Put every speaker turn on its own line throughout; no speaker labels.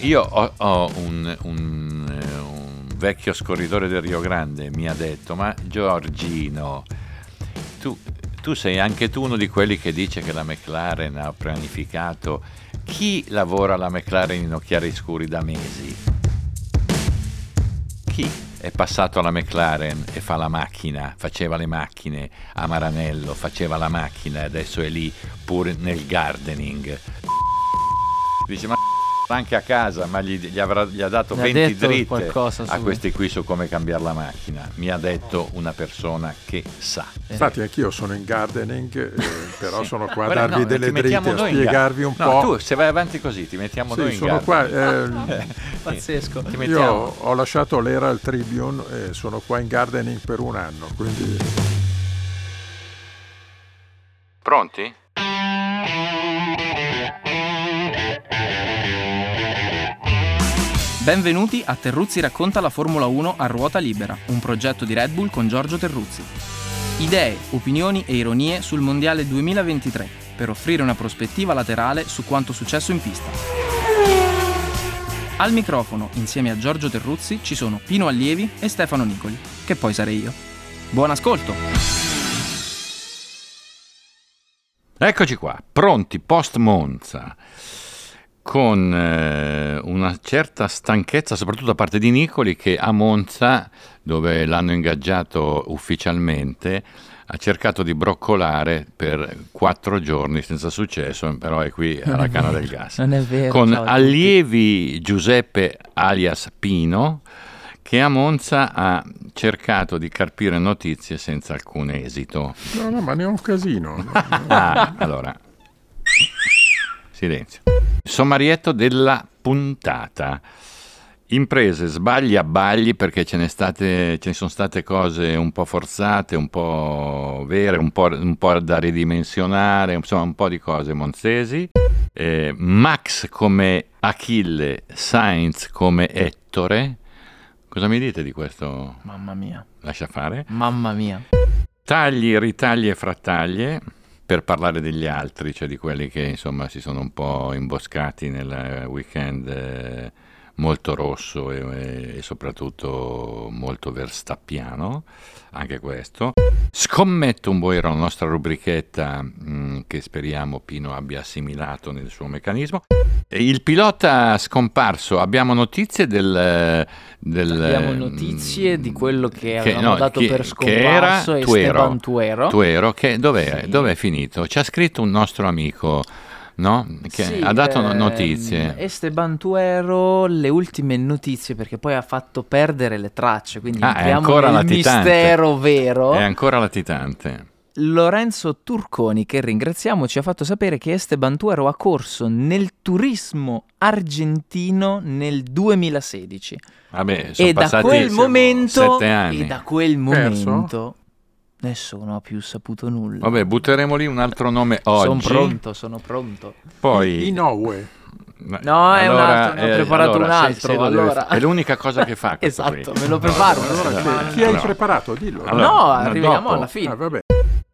Io ho, ho un, un, eh, un vecchio scorridore del Rio Grande, mi ha detto, ma Giorgino, tu, tu sei anche tu uno di quelli che dice che la McLaren ha pianificato. Chi lavora alla McLaren in occhiali scuri da mesi? Chi è passato alla McLaren e fa la macchina, faceva le macchine a Maranello, faceva la macchina e adesso è lì pur nel gardening? Dice ma anche a casa, ma gli, gli avrà, gli ha dato
Ne ha
20
detto
dritte
qualcosa
a
su-
questi qui su come cambiare la macchina. Mi ha detto una persona che sa.
Infatti anch'io sono in gardening, eh, però sono qua a
Guarda,
darvi
no, eh,
delle
ti mettiamo
dritte, a
noi in ga-
spiegarvi un
no,
po'.
tu se vai avanti così ti mettiamo
Sì,
noi in
sono
gara.
qua, eh,
Pazzesco.
Ti
Io
mettiamo.
ho lasciato l'era al Tribune e sono qua in gardening per un anno, quindi
Pronti?
Benvenuti a Terruzzi racconta la Formula 1 a ruota libera, un progetto di Red Bull con Giorgio Terruzzi. Idee, opinioni e ironie sul Mondiale 2023 per offrire una prospettiva laterale su quanto successo in pista. Al microfono, insieme a Giorgio Terruzzi, ci sono Pino Allievi e Stefano Nicoli, che poi sarei io. Buon ascolto!
Eccoci qua, pronti post Monza con eh, una certa stanchezza soprattutto da parte di Nicoli che a Monza dove l'hanno ingaggiato ufficialmente ha cercato di broccolare per quattro giorni senza successo però è qui alla canna del gas
Non è vero.
con
ciao a tutti.
allievi Giuseppe alias Pino che a Monza ha cercato di carpire notizie senza alcun esito.
no, no, ma ne ho un casino.
Ah, allora, silenzio. Sommarietto della puntata. Imprese, sbagli, abbagli perché ce ne, state, ce ne sono state cose un po' forzate, un po' vere, un po', un po' da ridimensionare, insomma un po' di cose monzesi. Eh, Max come Achille, Sainz come Ettore. Cosa mi dite di questo?
Mamma mia,
Lascia fare.
mamma mia.
Tagli, ritagli e frattaglie per parlare degli altri, cioè di quelli che insomma si sono un po' imboscati nel weekend eh, molto rosso e, e soprattutto molto verstappiano, anche questo. Scommetto un po' era la nostra rubrichetta mh, che speriamo Pino abbia assimilato nel suo meccanismo. E il pilota scomparso, abbiamo notizie del... eh, del,
Abbiamo
eh,
notizie
mh,
di quello che, avevamo
no,
dato
chi-
per
che era
scomparso Esteban Tuero.
Tuero, che dov'è,
Sì.
dov'è finito? Ci ha scritto un nostro amico, no? Che
Sì,
ha dato no-
ehm,
notizie.
Esteban Tuero, le ultime notizie perché poi ha fatto perdere le tracce, quindi
Ah, è
entriamo
ancora
nel
latitante.
mistero vero.
È ancora latitante.
Lorenzo Turconi, che ringraziamo, ci ha fatto sapere che Esteban Tuero ha corso nel turismo argentino nel 2016
Vabbè, sono
e da
passati
quel momento
sette anni.
e da quel
Perso?
momento nessuno ha più saputo nulla.
Vabbè, butteremo lì un altro nome
Sono
oggi.
pronto, sono pronto.
Poi...
Inoue,
No, è un altro, ne ho preparato
allora,
un
se-
altro,
se lo deve-
allora.
È l'unica cosa che fa. questo qui.
Esatto, me lo preparo.
allora
no,
chi,
no,
chi hai
no.
preparato? Dillo.
Allora,
no,
no,
arriviamo
dopo.
alla fine.
Ah, vabbè.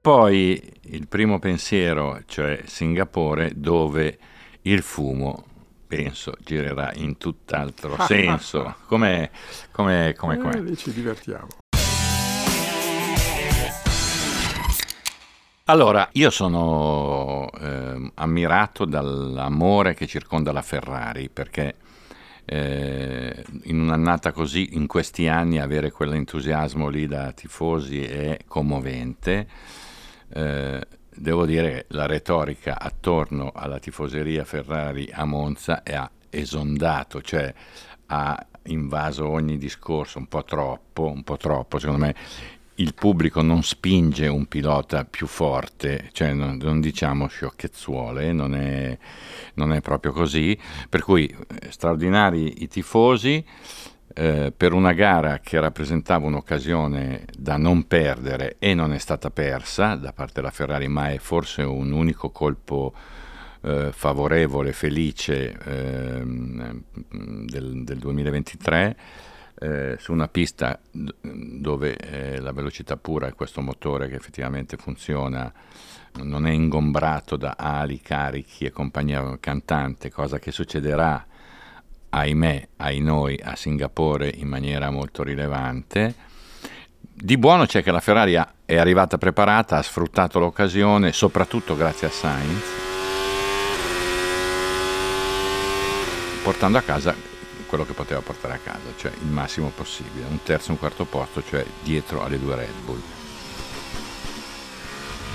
Poi il primo pensiero, cioè Singapore, dove il fumo, penso, girerà in tutt'altro senso. Come, come, come,
Eh,
come.
lì ci divertiamo.
Allora, io sono ehm, ammirato dall'amore che circonda la Ferrari, perché eh, in un'annata così, in questi anni, avere quell'entusiasmo lì da tifosi è commovente. Eh, devo dire, la retorica attorno alla tifoseria Ferrari a Monza è- ha esondato, cioè ha invaso ogni discorso, un po' troppo, un po' troppo, secondo me il pubblico non spinge un pilota più forte, cioè non, non diciamo sciocchezzuole, non è, non è proprio così, per cui eh, straordinari i tifosi eh, per una gara che rappresentava un'occasione da non perdere e non è stata persa da parte della Ferrari, ma è forse un unico colpo eh, favorevole, felice ehm, del, del 2023 eh, su una pista d- dove eh, la velocità pura e questo motore che effettivamente funziona non è ingombrato da ali, carichi e compagnia cantante, cosa che succederà ahimè, ai noi a Singapore in maniera molto rilevante. Di buono c'è che la Ferrari è arrivata preparata, ha sfruttato l'occasione, soprattutto grazie a Sainz, portando a casa quello che poteva portare a casa, cioè il massimo possibile, un terzo e un quarto posto, cioè dietro alle due Red Bull.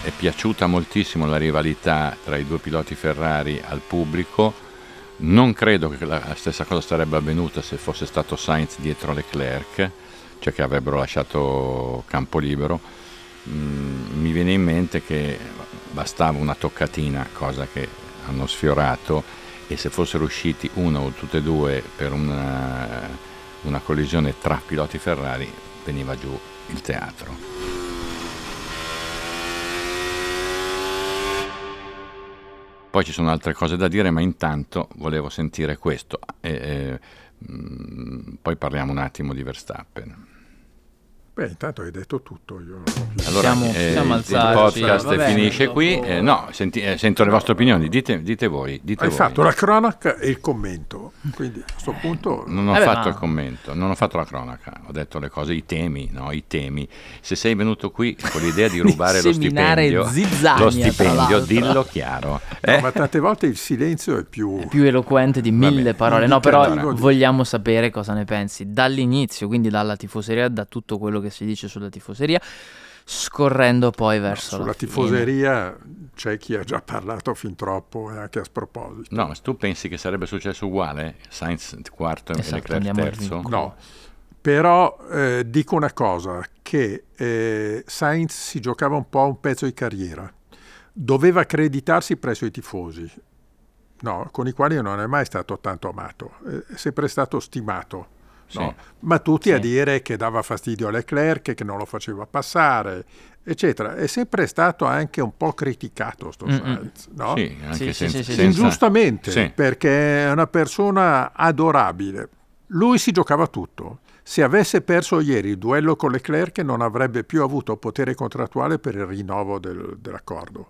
È piaciuta moltissimo la rivalità tra i due piloti Ferrari al pubblico, non credo che la stessa cosa sarebbe avvenuta se fosse stato Sainz dietro Leclerc, cioè che avrebbero lasciato campo libero. Mm, mi viene in mente che bastava una toccatina, cosa che hanno sfiorato, e se fossero usciti uno o tutte e due per una, una collisione tra piloti Ferrari, veniva giù il teatro. Poi ci sono altre cose da dire, ma intanto volevo sentire questo. E, e, mh, poi parliamo un attimo di Verstappen.
Beh, intanto hai detto tutto. Io...
Allora,
Possiamo-
eh,
possiamo
il-
alzarci,
il podcast
va bene,
finisce
dopo-
qui. Eh, no, senti- eh, sento le vostre opinioni, dite, dite voi. Dite
Hai
voi.
fatto la cronaca e il commento, quindi a questo punto
Non ho
Eh beh,
fatto
ma-
il commento, non ho fatto la cronaca, ho detto le cose, i temi, no, i temi. Se sei venuto qui con l'idea di rubare lo
seminare
stipendio,
zizzania,
lo
tra
stipendio,
l'altro.
dillo chiaro.
No,
Eh?
ma tante volte il silenzio è più...
più eloquente di
Va
mille
bene,
parole.
non
No,
dica
però
allora.
vogliamo sapere cosa ne pensi dall'inizio, quindi dalla tifoseria, da tutto quello che si dice sulla tifoseria, scorrendo poi verso
Sulla
la fine.
tifoseria c'è chi ha già parlato fin troppo e anche a sproposito.
No, ma tu pensi che sarebbe successo uguale? Sainz quarto e
Esatto,
Leclerc
andiamo al
terzo?
vincolo.
No, però eh, dico una cosa, che eh, Sainz si giocava un po' un pezzo di carriera, doveva accreditarsi presso i tifosi, no, con i quali non è mai stato tanto amato, eh, è sempre stato stimato. no? Ma tutti a
Sì.
dire che dava fastidio a Leclerc, che non lo faceva passare, eccetera. È sempre stato anche un po' criticato sto
Mm-mm.
Sainz, no?
Sì, anche
Sì, sì,
senza,
sì, sì, sì.
senza-
Ingiustamente,
Sì.
perché è una persona adorabile. Lui si giocava tutto. Se avesse perso ieri il duello con Leclerc non avrebbe più avuto potere contrattuale per il rinnovo del- dell'accordo.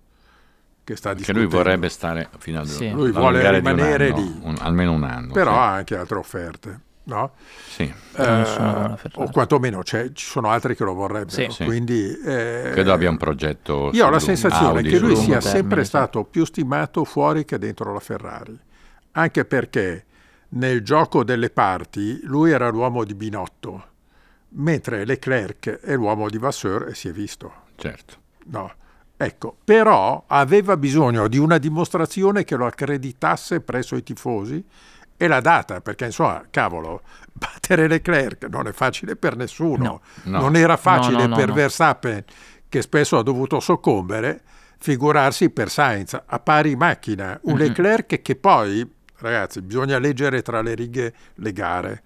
Che sta
Che lui
discutendo.
vorrebbe stare fino a
Sì.
Lui vuole rimanere
lì
lì.
almeno un anno.
Però
sì.
ha anche altre offerte, no?
Sì.
Però non sono una
Eh,
Ferrari.
o quantomeno c'è- ci sono altri che lo vorrebbero.
Sì.
Sì.
Quindi, eh,
credo abbia un progetto.
Io ho
sul
la
lungo-
sensazione
Audi
che lui
sul
lungo
sia
lungo.
termine,
sempre
sì.
stato più stimato fuori che dentro la Ferrari, anche perché nel gioco delle parti lui era l'uomo di Binotto, mentre Leclerc è l'uomo di Vasseur e si è visto.
Certo.
No. Ecco, però aveva bisogno di una dimostrazione che lo accreditasse presso i tifosi e l'ha data, perché insomma, cavolo, battere Leclerc non è facile per nessuno.
No.
No.
Non era facile
No, no, no,
per
no.
Verstappen, che spesso ha dovuto soccombere, figurarsi per Sainz, a pari macchina.
Mhm.
Un
Mm-mm.
Leclerc che poi, ragazzi, bisogna leggere tra le righe le gare.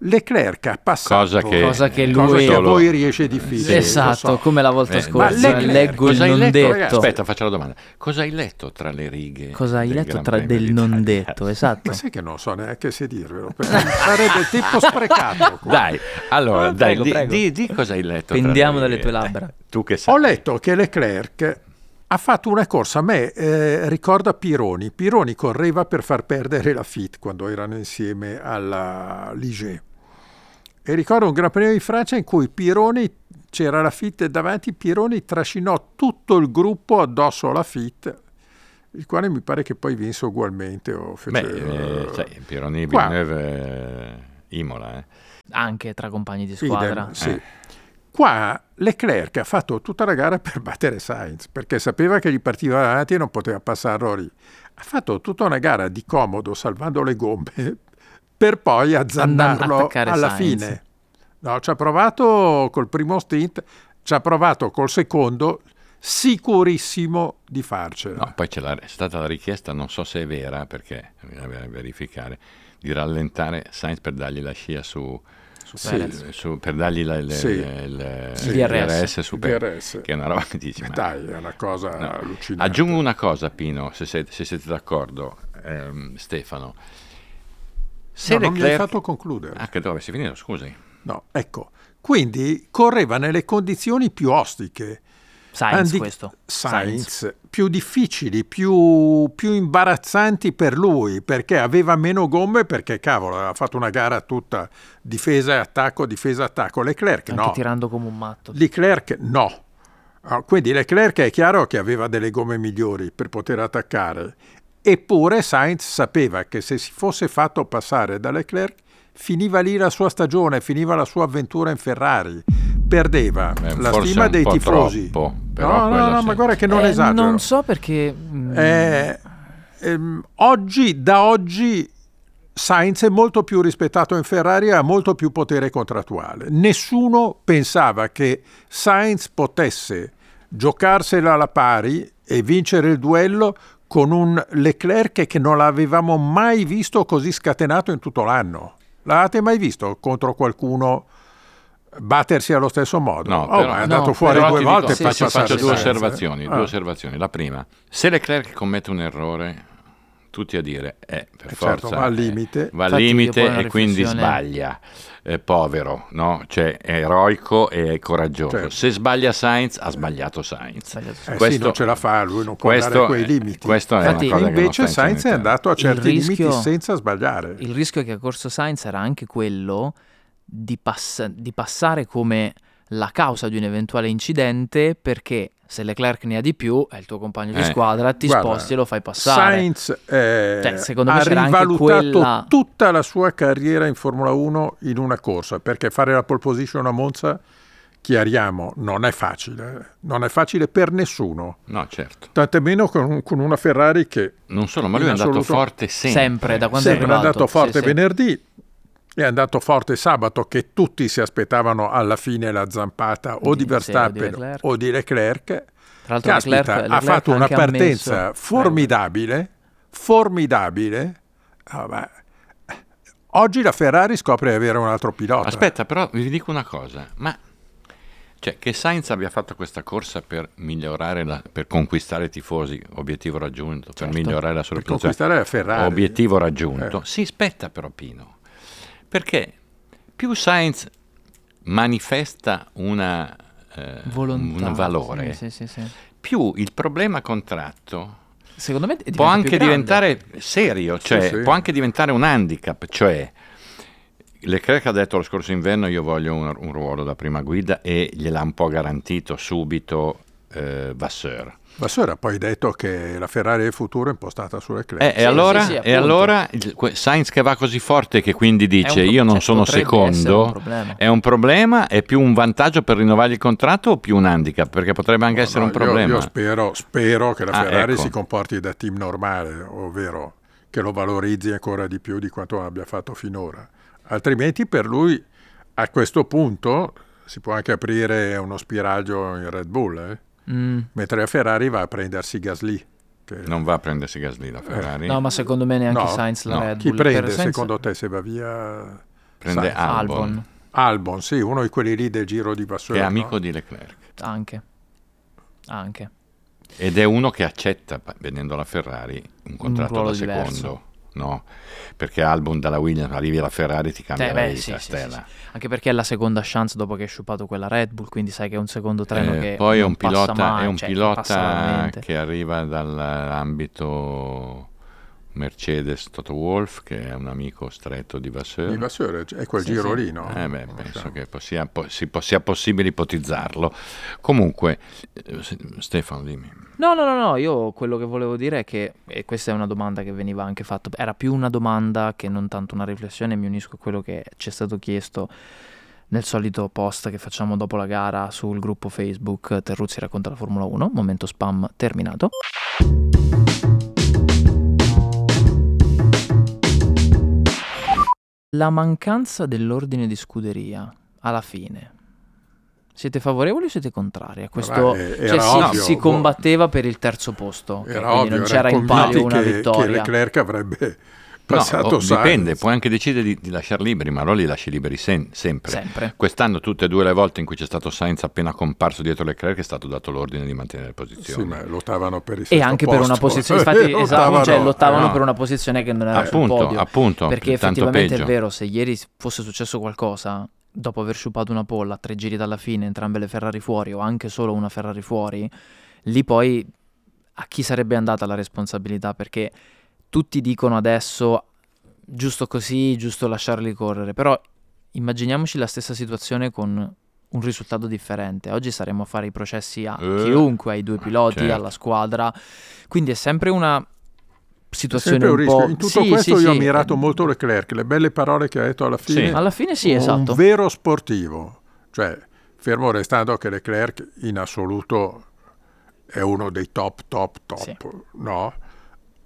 Leclerc ha passato
Cosa che-
Cosa che
cosa
lui-
che a
solo-
voi riesce difficile. lo
Esatto,
so.
come la volta
Eh,
scorsa,
ma Leclerc,
leggo il
cosa hai
non
letto,
detto.
ragazzi?
Aspetta, faccio la domanda. Cosa hai letto tra le righe?
Cosa hai
del
letto
Gran
tra
Premio
del non
d'Italia?
detto? Esatto.
Ma sai che non so neanche se dirvelo, perché sarebbe tempo sprecato. qua.
Dai, allora,
Ah,
dai,
prego,
di,
prego.
di- di cosa hai letto. tra le
Pendiamo
righe. Eh,
dalle tue labbra.
Tu che sai.
Ho letto che Leclerc ha fatto una corsa, a me eh, ricorda Pironi. Pironi correva per far perdere la FIT quando erano insieme alla Ligier. E ricordo un Gran Premio di Francia in cui Pironi, c'era la FIT davanti, Pironi trascinò tutto il gruppo addosso alla FIT, il quale mi pare che poi vinse ugualmente. O fece,
Beh, eh,
eh,
sai, Pironi
qua.
Villeneuve eh, Imola, eh.
Anche tra compagni di
Idem,
squadra.
sì.
Eh.
Qua Leclerc ha fatto tutta la gara per battere Sainz perché sapeva che gli partiva davanti e non poteva passarlo lì. Ha fatto tutta una gara di comodo salvando le gomme per poi
Andando-
azzannarlo
attaccare
alla
Sainz.
fine. No, ci ha provato col primo stint, ci ha provato col secondo, sicurissimo di farcela.
No, poi c'è, la- è stata la richiesta, non so se è vera, perché bisogna ver- verificare, di rallentare Sainz per dargli la scia su...
Sì.
Perez.
su- per dargli la- il-
Sì.
il,
Sì.
il
DRS.
DRS su Perez,
DRS.
che è una roba che dici,
Eh,
ma-
Dai, è una cosa
No.
allucinante.
Aggiungo una cosa, Pino, se siete, se siete d'accordo, ehm, Stefano. Se
No, non mi hai
Leclerc-
fatto concludere.
Ah, credo avessi finito, scusi.
No, ecco, quindi correva nelle condizioni più ostiche.
Science
Andy-
questo.
Sainz, più difficili, più, più imbarazzanti per lui, perché aveva meno gomme, perché cavolo, aveva fatto una gara tutta difesa e attacco, difesa e attacco. Leclerc
Anche
no.
tirando come un matto.
Leclerc no. Ah, Quindi Leclerc è chiaro che aveva delle gomme migliori per poter attaccare, eppure Sainz sapeva che se si fosse fatto passare da Leclerc finiva lì la sua stagione, finiva la sua avventura in Ferrari, perdeva
Beh,
la
Eh, forse
stima
un
dei
po'
tifosi.
troppo, però
no, no,
quella
no,
sì.
ma guarda che non
Eh,
esagero.
non so perché... mm,
Eh, ehm, oggi, da oggi, Sainz è molto più rispettato in Ferrari e ha molto più potere contrattuale. Nessuno pensava che Sainz potesse giocarsela alla pari e vincere il duello con un Leclerc che non l'avevamo mai visto così scatenato in tutto l'anno. L'avete mai visto contro qualcuno battersi allo stesso modo?
No,
Oh,
però-
ma è
no,
andato
però
fuori
Però
due
ti
volte
dico,
sì,
per
faccio,
passare
faccio due
senza, eh.
osservazioni, due
Ah.
osservazioni. La prima, se Leclerc commette un errore, tutti a dire, eh, per
Eh, certo,
forza...
va al
eh,
limite.
va al
Infatti io poi ho
limite
una
e quindi
riflessione-
sbaglia. Eh, povero, no? Cioè, è eroico e è coraggioso.
Certo.
Se sbaglia Sainz, ha sbagliato Sainz.
sbagliato.
Eh sì,
Questo-
non ce la fa, lui non può andare a quei limiti.
Questo è
Infatti-
una cosa che non
invece
fa
Sainz è
ingenuità.
andato a
Eh, Il
certi
rischio-
limiti senza sbagliare.
Il rischio che ha corso Sainz era anche quello di, pass- di passare come la causa di un eventuale incidente perché se Leclerc ne ha di più è il tuo compagno di
Eh.
squadra, ti
Guarda,
sposti e lo fai passare.
Sainz eh,
Cioè, secondo me
ha
c'era anche
rivalutato
quella-
tutta la sua carriera in Formula 1 in una corsa, perché fare la pole position a Monza, chiariamo, non è facile. Non è facile per nessuno,
No, certo.
tant'è meno con, con una Ferrari che
Non solo, ma lui
In
è andato
assoluto-
forte sempre.
Sempre, da quando
Sì,
è
è
arrivato.
andato forte
Sì, sì.
venerdì, è andato forte sabato che tutti si aspettavano alla fine la zampata o
Sì,
di Verstappen
sì, o di Leclerc.
o di Leclerc.
Tra l'altro
Caspita,
Leclerc,
ha
Leclerc
fatto una
anche ammesso-
partenza
Eh,
formidabile, formidabile. Ah, ma- Oggi la Ferrari scopre di avere un altro pilota.
Aspetta, però vi dico una cosa, ma cioè, che Sainz abbia fatto questa corsa per migliorare, la- per conquistare i tifosi, obiettivo raggiunto, per migliorare la sua
Certo, per
reputazione,
conquistare la Ferrari.
obiettivo raggiunto,
Eh.
si spetta però Pino, perché più Sainz manifesta una, eh,
Volontà.
un valore,
Sì, sì, sì, sì.
più il problema contratto
Secondo me diventa
può
più
anche
grande.
diventare serio, cioè
Sì, sì.
può anche diventare un handicap, cioè Leclerc ha detto lo scorso inverno io voglio un, un ruolo da prima guida e gliel'ha un po' garantito subito eh, Vasseur.
Ma so era poi detto che la Ferrari del futuro è impostata sulle
Eh,
Leclerc.
e allora,
sì, sì,
e
appunto.
allora il- que- Sainz che va così forte che quindi
È un
dice
pro-
io non
cioè,
sono
potrebbe essere un
secondo, Eh.
problema.
è un problema, è più un vantaggio per rinnovargli il contratto o più un handicap? Perché potrebbe anche
No,
essere
no,
un
io-
problema.
Io, spero, spero che la
Ah,
Ferrari
ecco.
si comporti da team normale, ovvero che lo valorizzi ancora di più di quanto abbia fatto finora. Altrimenti per lui a questo punto si può anche aprire uno spiraglio in Red Bull, eh?
Mm.
mentre la Ferrari va a prendersi Gasly. che-
Non va a prendersi Gasly
Eh.
la Ferrari,
No, ma secondo me neanche
No,
Sainz la
no.
Red
Chi
Bull.
prende
Per Sainz-
secondo te se va via?
prende
Sainz.
Ah, Albon,
Albon
Albon, sì, uno di quelli lì del giro di Vasseur.
che è
no?
amico di Leclerc.
anche. Anche.
Ed è uno che accetta, pa- vedendo la Ferrari, un contratto
ruolo
da secondo.
diverso.
No, perché Albon dalla Williams arrivi alla Ferrari ti cambia
Eh,
la
beh,
vita,
sì, sì,
Stella.
sì, Anche perché è la seconda chance dopo che hai sciupato quella Red Bull, quindi sai che è un secondo treno
Eh,
che
poi è
non
un
passa
pilota,
mai,
è un
cioè,
pilota
passa veramente.
che arriva dall'ambito Mercedes Toto Wolf, che è un amico stretto di Vasseur.
Di Vasseur, è quel
Sì,
giro
sì.
lì, no? Cioè,
Eh beh, penso che po- sia, po- si po- sia possibile ipotizzarlo. Comunque, eh, se- Stefano, dimmi.
No, no, no, no, io quello che volevo dire è che, e questa è una domanda che veniva anche fatta, era più una domanda che non tanto una riflessione, mi unisco a quello che ci è stato chiesto nel solito post che facciamo dopo la gara sul gruppo Facebook Terruzzi racconta la Formula 1, momento spam terminato. La mancanza dell'ordine di scuderia alla fine. Siete favorevoli o siete contrari a questo?
Vabbè,
cioè,
era
si,
ovvio,
si
boh.
combatteva per il terzo posto, ok?
Era
quindi
ovvio,
non c'era
erano
in palio
convinti
una
che, che
vittoria.
Leclerc avrebbe
No,
passato
oh,
Sainz.
dipende, puoi anche decidere di, di lasciar liberi, ma allora li lasci liberi sen- sempre.
Sempre.
Quest'anno tutte e due le volte in cui c'è stato Sainz appena comparso dietro Leclerc è stato dato l'ordine di mantenere le
Sì,
posizioni.
ma lottavano per il
E
sesto
anche per
posto.
una posizione, infatti,
Eh,
esatto, cioè,
lottavano. eh.
lottavano
no.
per una posizione che non era sul
appunto,
Eh, podio.
appunto,
perché
tanto
effettivamente
peggio.
è vero, se ieri fosse successo qualcosa, dopo aver sciupato una polla, tre giri dalla fine, entrambe le Ferrari fuori o anche solo una Ferrari fuori, lì poi a chi sarebbe andata la responsabilità? Perché tutti dicono adesso giusto così, giusto lasciarli correre, però immaginiamoci la stessa situazione con un risultato differente. Oggi saremmo a fare i processi a
Eh,
chiunque, ai due piloti,
certo.
alla squadra, quindi è sempre una situazione
Sempre un
po'...
rischio. In tutto
Sì,
questo
sì,
io ho
sì. Eh,
mirato molto Leclerc, le belle parole che ha detto alla fine.
Sì.
Alla fine sì, esatto.
Un vero sportivo, cioè fermo restando che Leclerc in assoluto è uno dei top, top, top,
Sì.
no?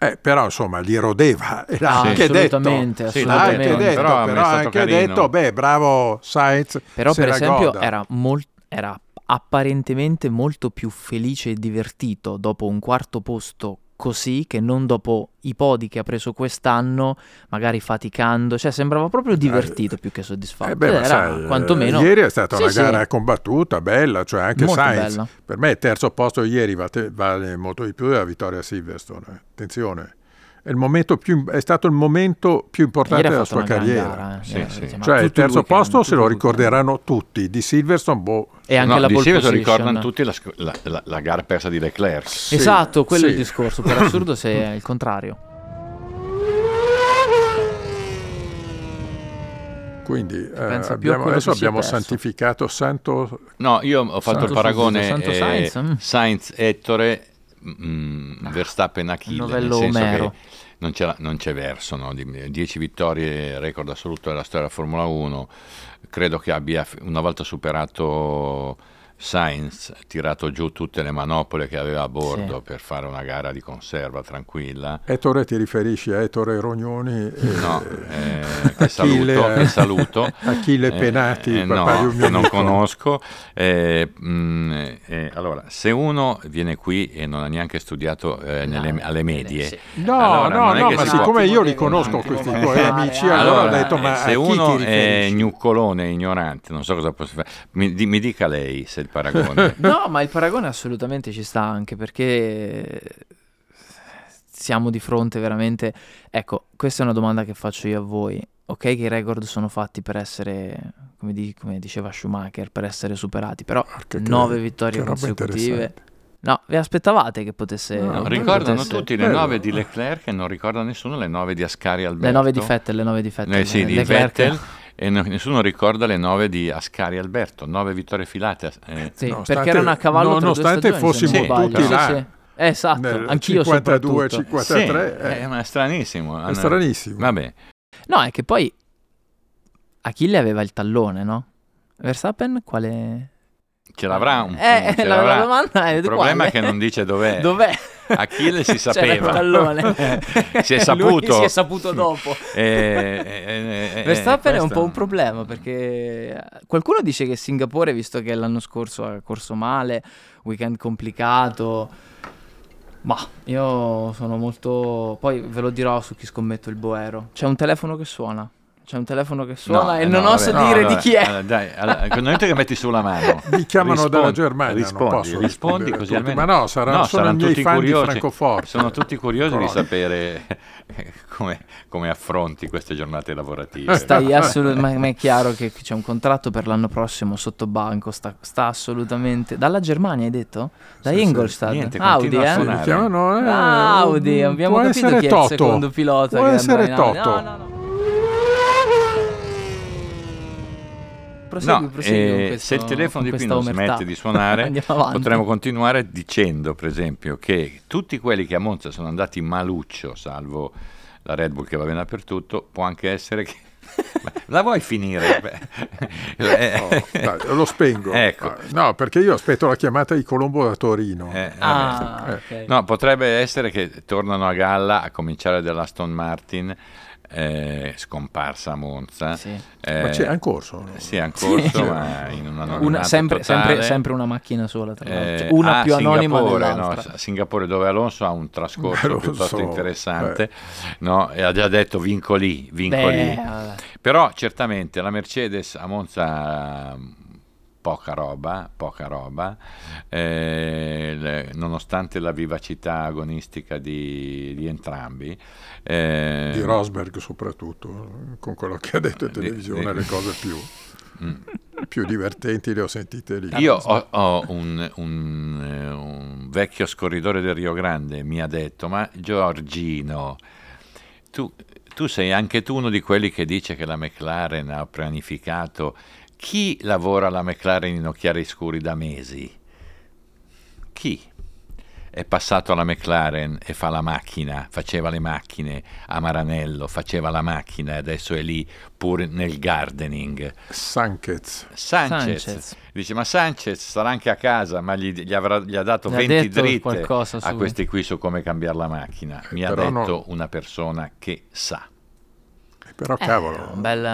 Eh, però insomma li rodeva, e l'ha
Ah,
anche detto.
assolutamente,
Sì, l'ha
L'ha
assolutamente.
anche detto,
Però
però,
a me è
ha
stato
anche
carino.
detto, beh, bravo Sainz.
Però,
se
per
la
esempio,
goda.
era, mol- era apparentemente molto più felice e divertito dopo un quarto posto così che non dopo i podi che ha preso quest'anno, magari faticando. Cioè, sembrava proprio divertito più che soddisfatto.
Eh, beh, ma
era
sai, eh,
quantomeno
Ieri è stata
Sì,
una
sì.
gara combattuta, bella, cioè anche
molto
Sainz.
bella.
Per me il terzo posto ieri vate- vale molto di più della vittoria a Silverstone. eh. Attenzione, è, il momento più- è stato il momento più
Ieri
importante
ha
della
fatto
sua
una gran
carriera.
gara, eh.
Sì,
Eh,
sì.
ma tutto
Cioè, il terzo
weekend, tutto
posto se lo
il weekend.
ricorderanno tutti. Di Silverstone, boh.
E anche
No,
la
di
pole
Silverstone
position.
ricordano tutti la, sc- la- la- la gara persa di Leclerc.
sì,
Esatto, quello è il
sì.
discorso. Per assurdo se è il contrario.
Quindi eh,
pensa più a
abbiamo-
quello
adesso
che si è
abbiamo
perso.
santificato Santo.
No, io ho fatto
Santo
il paragone
Santo
eh,
Sainz, mm. Ah,
Sainz, Ettore, mm, Verstappen, Achille. Nel
novello
senso
Omero.
che non, c'era- non c'è verso, no? Di- 10 vittorie, record assoluto della storia della Formula 1. Credo che abbia f- una volta superato Sainz, tirato giù tutte le manopole che aveva a bordo per fare una gara di conserva tranquilla.
Ettore, ti riferisci a Ettore Rognoni? e-
No, eh, che
Achille,
saluto,
eh.
che saluto.
Achille Penati,
eh, no,
papà di un mio
che non
amico.
conosco. Eh, mh, eh, allora, se uno viene qui e non ha neanche studiato eh, nelle- alle medie,
Sì.
No,
Allora,
no,
non è
no,
che
ma
si può-
siccome io li
Attimo,
conosco
attimo,
questi
attimo,
tuoi
fare,
amici,
eh.
allora,
allora,
ho detto,
eh,
ma
se
a chi
uno
ti
è
riferisci?
gnuccolone, ignorante, non so cosa posso fare, mi, di- mi dica lei se il paragone.
No, ma il paragone assolutamente ci sta anche perché siamo di fronte veramente... Ecco, questa è una domanda che faccio io a voi. Ok che i record sono fatti per essere, come, di- come diceva Schumacher, per essere superati, però
Porca Ah, che-
9 vittorie
che roba
consecutive.
interessante.
No, vi aspettavate che potesse...
No,
che
ricordano
potesse-
tutti le
bello.
9 di Leclerc e non ricorda nessuno le 9 di Ascari Alberto.
Le 9 di Vettel, le 9 di Vettel.
Eh sì, di
Leclerc.
Vettel e no- nessuno ricorda le 9 di Ascari Alberto, 9 vittorie filate. eh.
Sì,
Nonostante-
perché erano a cavallo tra due
nonostante
stagioni, se non
fossimo
sbaglio.
tutti
Sì,
là,
sì. Eh, Esatto,
nel
anch'io
52,
soprattutto.
53,
Sì,
eh,
eh, ma è stranissimo.
è stranissimo.
Vabbè,
No, è che poi Achille aveva il tallone, no? Verstappen quale...
ce l'avrà un
Eh,
ce
la,
l'avrà.
la domanda è
Il problema
quale?
è che non dice dov'è.
Dov'è?
Achille si
C'era il
sapeva.
tallone.
Si è
Lui
saputo.
si è saputo dopo.
Eh, eh, eh,
Verstappen è un
questo-
po' un problema perché eh, qualcuno dice che Singapore, visto che l'anno scorso ha corso male, weekend complicato, ma io sono molto... Poi ve lo dirò su chi scommetto il Boero. C'è un telefono che suona, c'è un telefono che
No,
suona e
eh,
non
no,
oso
vabbè, no,
dire
allora,
di chi è.
allora, dai, allora, nel momento che metti sulla mano.
Mi chiamano
rispondi-
dalla Germania, non
rispondi,
posso
rispondi
rispondere a
così
tutti,
almeno.
ma no, saranno solo i miei
tutti
fan di
curiosi-
Francoforte.
Sono tutti curiosi di
Però-
sapere eh, come, come affronti queste giornate lavorative.
Stai assolut- ma, ma è chiaro che c'è un contratto per l'anno prossimo sotto banco, sta, sta assolutamente... Dalla Germania hai detto? Da
Sì, sì,
Ingolstadt?
niente,
Audi,
continua a
eh?
suonare.
Mi chiamano, eh,
Ah, Audi, abbiamo
può
capito
essere
chi è il
Toto.
secondo pilota.
Può
che
essere
andrà in Audi.
Toto.
No, no, no.
No,
Prosegui, prosegui con
eh,
questo-
se il telefono
con
di qui
questa
non
omertà.
smette di suonare,
Andiamo avanti.
potremmo continuare dicendo, per esempio, che tutti quelli che a Monza sono andati maluccio, salvo la Red Bull che va bene dappertutto, può anche essere che... Ma La vuoi finire? Beh,
Oh, dai, lo spengo.
Eh.
Ah,
Ecco.
No, perché io aspetto la chiamata di Colombo da Torino.
eh, vabbè.
Ah,
Eh,
ok.
No, potrebbe essere che tornano a galla, a cominciare dall'Aston Martin, eh, scomparsa a Monza.
Sì.
Eh,
Ma c'è ancora solo.
Sì, ha un corso,
Sì.
ma in una
Una-
anonimato
sempre, sempre-
totale.
sempre una macchina sola, tra l'altro.
Eh,
Cioè, una
ah,
più anonima
Singapore,
dell'altra.
no, S- Singapore dove Alonso ha un trascorso
Alonso,
piuttosto interessante no? e ha già detto vincoli,
Beh,
vincoli.
Eh, vabbè.
Però certamente la Mercedes a Monza mh, poca roba, poca roba. Eh, le- nonostante la vivacità agonistica di, di entrambi. eh,
Di Rosberg soprattutto, con quello che ha detto in
Di-
televisione,
di-
le cose più,
Mm.
più divertenti le ho sentite lì.
Io ho, ho un, un, eh, un vecchio scorridore del Rio Grande, mi ha detto, ma Giorgino, tu, tu sei anche tu uno di quelli che dice che la McLaren ha pianificato. Chi lavora alla McLaren in occhiali scuri da mesi? Chi? È passato alla McLaren e fa la macchina, faceva le macchine a Maranello, faceva la macchina e adesso è lì pur nel gardening.
Sanchez.
Sanchez, Dice, ma Sanchez sarà anche a casa, ma gli, gli avrà, gli ha dato
Gli ha
20
detto
dritte
qualcosa
a
su-
questi qui su come cambiare la macchina. Mi ha
però
detto
no.
una persona che sa.
Eh, Però
Eh,
cavolo,
un bel,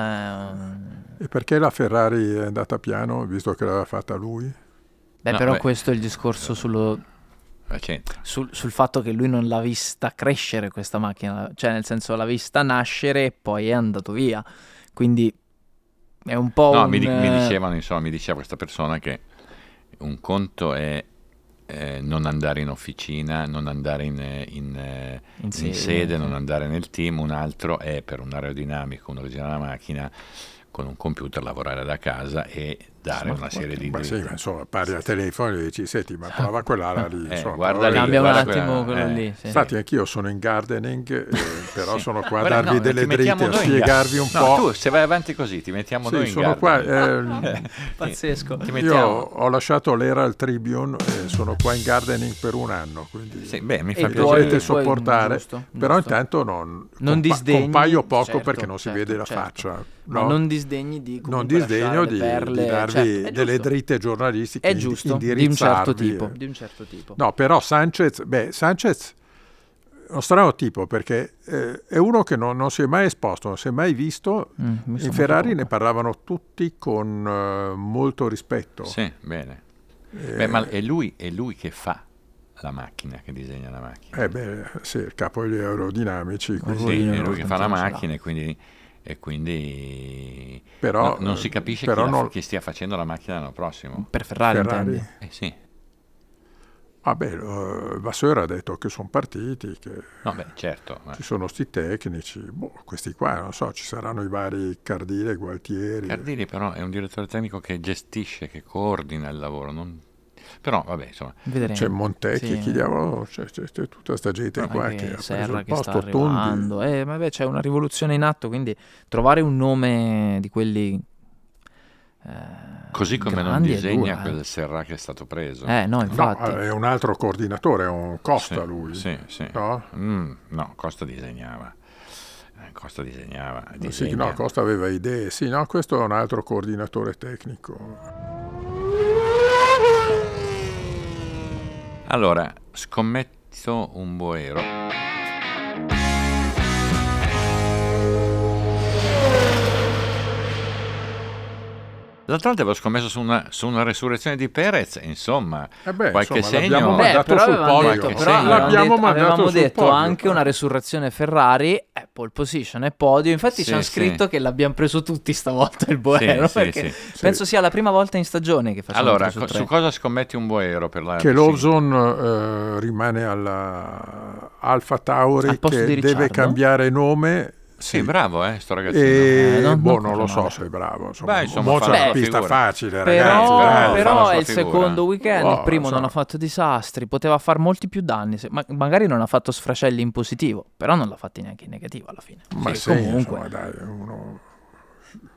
eh,
e perché la Ferrari è andata piano, visto che l'aveva fatta lui?
Beh,
No,
però
beh.
questo è il discorso sullo-
Ma c'entra.
sul, sul fatto che lui non l'ha vista crescere questa macchina, cioè nel senso l'ha vista nascere e poi è andato via. Quindi è un po'...
No,
un,
mi, di- mi
eh,
dicevano, insomma, mi diceva questa persona che un conto è eh, non andare in officina, non andare in, eh, in, eh,
in
in
sede,
sede,
sì.
non andare nel team, un altro è per un aerodinamico, uno che gira la macchina, con un computer lavorare da casa e dare
Smart
una serie di
Ma sì,
dritte.
ma insomma, parli al telefono e dici, senti, ma prova quell'ala lì.
Eh,
insomma,
guarda
prova
lì,
Cambia un
guarda
attimo
quella-
quello
eh.
lì. sì.
Infatti ecco, anch'io sono in gardening, eh, però
Sì.
sono qua a
Guarda,
darvi
no,
delle
ti mettiamo
dritte, a
noi in
spiegarvi un
No,
po'.
tu se vai avanti così ti mettiamo noi
sì,
in
sono qua.
guardia.
eh,
Pazzesco.
Ti
io
mettiamo.
ho lasciato l'era al Tribune e sono qua in gardening per un anno. Quindi...
Sì, beh, mi
E
fa
poi-
mi
piacere.
dovrete
poi-
sopportare,
giusto,
Però
giusto.
intanto non,
Non
compa-
disdegni,
compaio poco
certo,
perché non si
certo,
vede la
certo.
faccia.
Ma
no?
non disdegni di
Non
comunque
disdegno
lasciare
di,
le perle,
di darvi
certo, è
delle
giusto.
dritte giornalistiche,
è
indi-
giusto di un certo
indirizzarvi,
tipo,
eh.
di un certo tipo.
No, però Sanchez, beh, Sanchez è uno strano tipo perché eh, è uno che non, non si è mai esposto, non si è mai visto.
Mm, mi sta
In
molto
Ferrari
poco.
ne parlavano tutti con eh, molto rispetto.
Sì, bene.
Eh,
Beh, ma è lui, è lui che fa la macchina, che disegna la macchina.
eh, beh, sì, il capo degli aerodinamici,
Eh,
Sì,
quindi,
lui
è
non
lui che fa la
ce l'ha.
macchina e quindi, e quindi
però,
no, non si capisce
però
chi, la-
non-
chi stia facendo la macchina l'anno prossimo.
Per Ferrari,
Ferrari.
intendi?
Eh sì,
Vabbè, eh, Vasseur ha detto che sono partiti, che
Eh.
no, beh, certo. ma-
ci sono sti tecnici, boh, questi qua, non so, ci saranno i vari Cardile, Gualtieri.
Cardini però è un direttore tecnico che gestisce, che coordina il lavoro. non- Però, vabbè, insomma,
Vedremo.
C'è Montecchi,
Sì.
chi diavolo, c'è, c'è- c'è tutta sta gente
Anche
qua che ha preso
Serra
il
che sta
posto, Tondi.
arrivando. Eh, ma beh, c'è una rivoluzione in atto, quindi trovare un nome di quelli eh,
così come non
grandi è
disegna
dura, eh.
quel Serra che è stato preso.
Eh, no,
No,
infatti.
è un altro coordinatore, è un Costa
Sì,
lui.
Sì, sì.
No?
Mm, no, Costa disegnava. Eh, Costa disegnava.
Sì,
disegna.
no, Costa aveva idee. Sì, no, questo è un altro coordinatore tecnico.
Allora, scommetto un boero. L'altra volta avevo scommesso su una, su una resurrezione di Perez, insomma,
Eh beh,
Qualche
insomma,
segno?
l'abbiamo
Beh,
mandato
però
sul
avevamo
podio.
detto,
Qualche
però
segno.
avevamo
l'abbiamo
detto,
mandato
avevamo
sul
detto
podio.
anche una resurrezione Ferrari, eh, pole position e podio. Infatti
Sì,
ci hanno
sì.
scritto che l'abbiamo preso tutti stavolta il Boero.
sì,
perché
sì.
penso sia la prima volta in stagione che facciamo
Allora,
tre su
co-
tre.
su cosa scommetti un boero per la
che
sì.
Lawson eh, rimane alla Alfa Tauri
Al posto
che
di Ricciardo?
deve cambiare nome
Sì, bravo, eh, sto ragazzino.
e
Eh, non-
boh,
non
non lo so
male.
se è bravo insomma,
Beh, insomma,
Monza
fa
è una
la
pista
figura.
facile
Però,
bravo,
ragazzi dai.
però
fa la sua
è il
figura.
secondo weekend,
Oh,
il primo
insomma.
non ha fatto disastri, poteva far molti più danni, se- ma- magari non ha fatto sfrascelli in positivo, però non l'ha fatti neanche in negativo alla fine.
ma
Sì,
sì,
comunque.
insomma, dai, uno-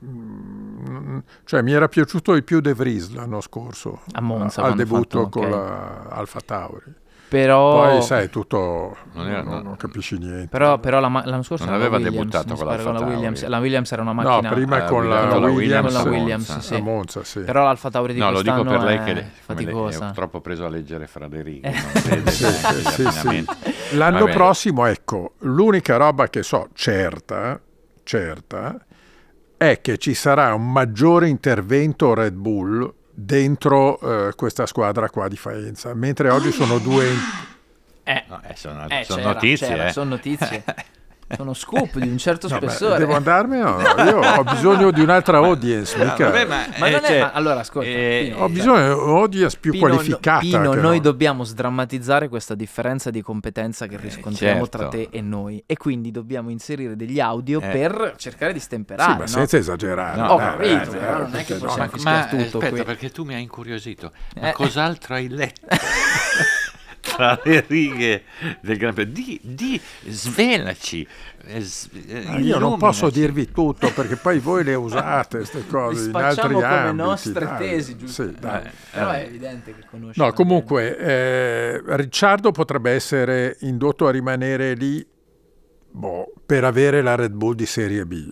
Mm, cioè mi era piaciuto di più De Vries l'anno scorso
A Monza,
al
quando ha
debutto
fatto,
con
ok. Oh.
la Alfa Tauri
Però,
poi sai tutto
Non
non,
era-
non-
no.
non capisci niente
però, però la ma- l'anno scorso
Non
era la
aveva
Williams,
debuttato
mi
con l'Alfa
sparo, la
Tauri.
Williams. La Williams era una
no
macchina
prima
eh,
con la,
guidato
dalla
Williams,
Con la Williams,
Monza.
sì.
a Monza sì.
Però l'Alfa Tauri di
No, lo dico
quest'anno
per lei
è
che le- come le- è
faticosa. Eh.
troppo preso a leggere Frederico, non vede
Sì,
neanche gli
sì, sì.
abbinamenti.
L'anno
Vabbè.
prossimo, ecco, l'unica roba che so certa, certa, è che ci sarà un maggiore intervento Red Bull dentro eh, questa squadra qua di Faenza,
Ah.
mentre oggi sono due... in-
Eh,
No, eh, sono
eh,
sono
c'era,
notizie,
c'era,
eh.
sono notizie. Sono scoop di un certo
No, beh,
spessore.
devo andarmene? No, io ho bisogno di un'altra audience, mica.
vabbè, ma,
Ma
eh,
non è-
cioè,
ma allora, ascolta, Cioè,
eh,
Pino,
Ho bisogno di un'audience più
Pino,
qualificata.
Pino,
però.
noi dobbiamo sdrammatizzare questa differenza di competenza che riscontriamo
certo.
tra te e noi. E quindi dobbiamo inserire degli audio
Eh.
per cercare di
Sì,
stemperare.
ma
no?
senza esagerare.
No,
dai,
Ho
dai,
capito,
dai,
però non è
perché
che
no,
possiamo
ma,
fischiare
ma,
tutto
aspetta,
qui.
perché tu mi hai incuriosito. Ma
Eh.
cos'altro hai letto? Tra le righe del Gran Premio, di, di svelaci. eh, s- eh,
Ma Ah, Io non posso
illuminaci.
dirvi tutto perché poi voi le usate queste cose in altri
Facciamo come
ambiti,
nostre
dai.
tesi, giusto?
Eh,
Eh,
Sì, dai.
Però è evidente che conosci.
No,
tante-
comunque, eh, Ricciardo potrebbe essere indotto a rimanere lì boh, per avere la Red Bull di Serie B.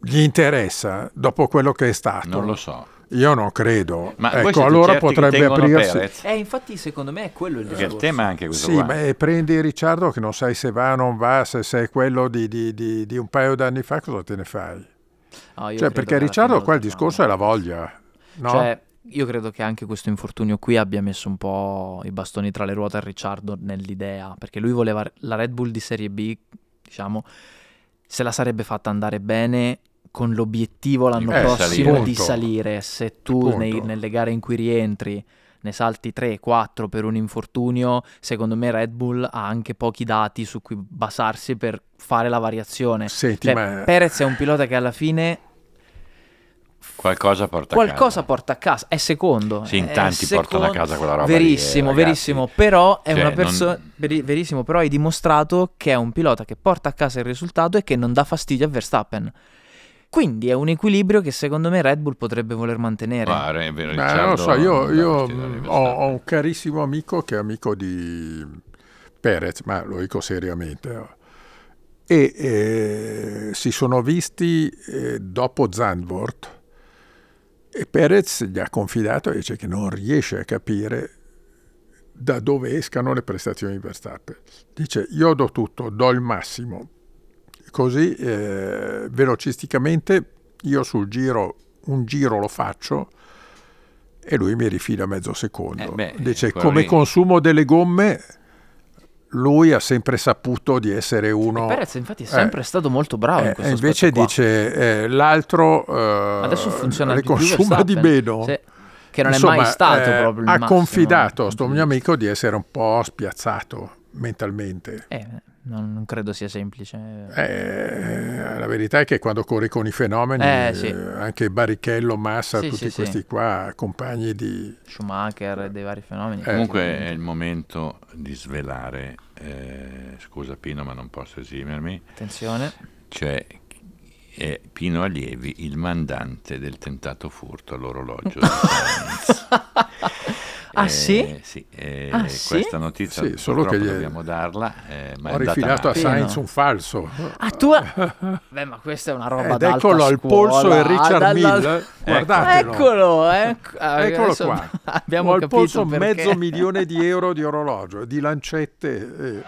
Gli interessa dopo quello che è stato?
Non lo so.
Io non credo.
Ma voi
ecco,
siete
allora
certi che
potrebbe
tengono
aprirsi.
Perez?
Eh, infatti, secondo me è quello il
Perché il
discorso.
tema è anche questo
Sì,
qua.
ma eh, prendi Ricciardo che non sai se va o non va, se sei quello di, di- di- di un paio d'anni fa, cosa te ne fai?
No, io
Cioè,
credo che
perché
alla
Ricciardo
fine
qua il
lo
discorso
facciamo.
è la voglia, no?
Cioè, io credo che anche questo infortunio qui abbia messo un po' i bastoni tra le ruote a Ricciardo nell'idea, perché lui voleva la Red Bull di Serie B, diciamo, se la sarebbe fatta andare bene con l'obiettivo l'anno
Eh,
prossimo
salire.
di
Punto.
salire. Se tu nei-
Punto.
nelle gare in cui rientri ne salti 3-4 per un infortunio, secondo me Red Bull ha anche pochi dati su cui basarsi per fare la variazione.
Senti,
Cioè,
ma...
Perez è un pilota che alla fine
Qualcosa porta a
qualcosa
casa.
porta a casa, è secondo.
Sì, in
è
tanti portano a
secondo.
casa quella roba lì, eh,
Verissimo,
ragazzi.
verissimo, però è
Cioè,
una persona
non-
verissimo, però hai dimostrato che è un pilota che porta a casa il risultato e che non dà fastidio a Verstappen. Quindi è un equilibrio che secondo me Red Bull potrebbe voler mantenere.
Ma, eh, beh,
Ma
Ricciardo
non lo so, io,
non dà fastidio
io,
a
mh, ho,
Verstappen.
ho un carissimo amico che è amico di Perez, ma lo dico seriamente. oh. E eh, si sono visti eh, dopo Zandvoort e Perez gli ha confidato dice che non riesce a capire da dove escano le prestazioni di Verstappen. Dice io do tutto, do il massimo, così eh, velocisticamente io sul giro un giro lo faccio e lui mi rifila mezzo secondo.
Eh, beh,
Dice
quello
come
lì.
consumo delle gomme lui ha sempre saputo di essere uno...
Perez infatti è sempre stato molto bravo in
eh,
questo
e invece
aspetto qua.
dice eh, l'altro eh,
adesso funziona
le
di più
consuma di
Verstappen.
meno.
Sì, che non
Insomma,
è mai stato
eh,
proprio il
Ha
massimo. eh.
confidato a sto mio amico di essere un po' spiazzato mentalmente.
Eh, non non credo sia semplice.
Eh, la verità è che quando corri con i fenomeni,
Eh, sì.
eh, anche Barrichello, Massa,
Sì,
tutti
sì, sì.
questi qua, compagni di...
Schumacher e dei vari fenomeni.
Eh.
Comunque è il momento di svelare, eh, scusa Pino ma non posso esimermi,
Attenzione.
cioè è Pino Allievi il mandante del tentato furto all'orologio.
Ah,
Eh,
sì?
Sì, eh,
Ah, sì?
questa notizia
Sì, solo
purtroppo
che gli-
dobbiamo darla. eh, ma è
Ho
andata
rifilato a
male.
Pena.
Sainz un falso.
Ah, tu... Beh, ma questa è una roba
Eh, Ed
d'alta
eccolo al
scuola, Ah,
polso il Richard
dalla- Ecco, Eh,
Mill. eh. Guardatelo.
Eccolo, ecco, ah,
Eccolo
adesso
qua.
Abbiamo
Ho al
capito
polso
perché.
mezzo milione di euro di orologio, di lancette. eh.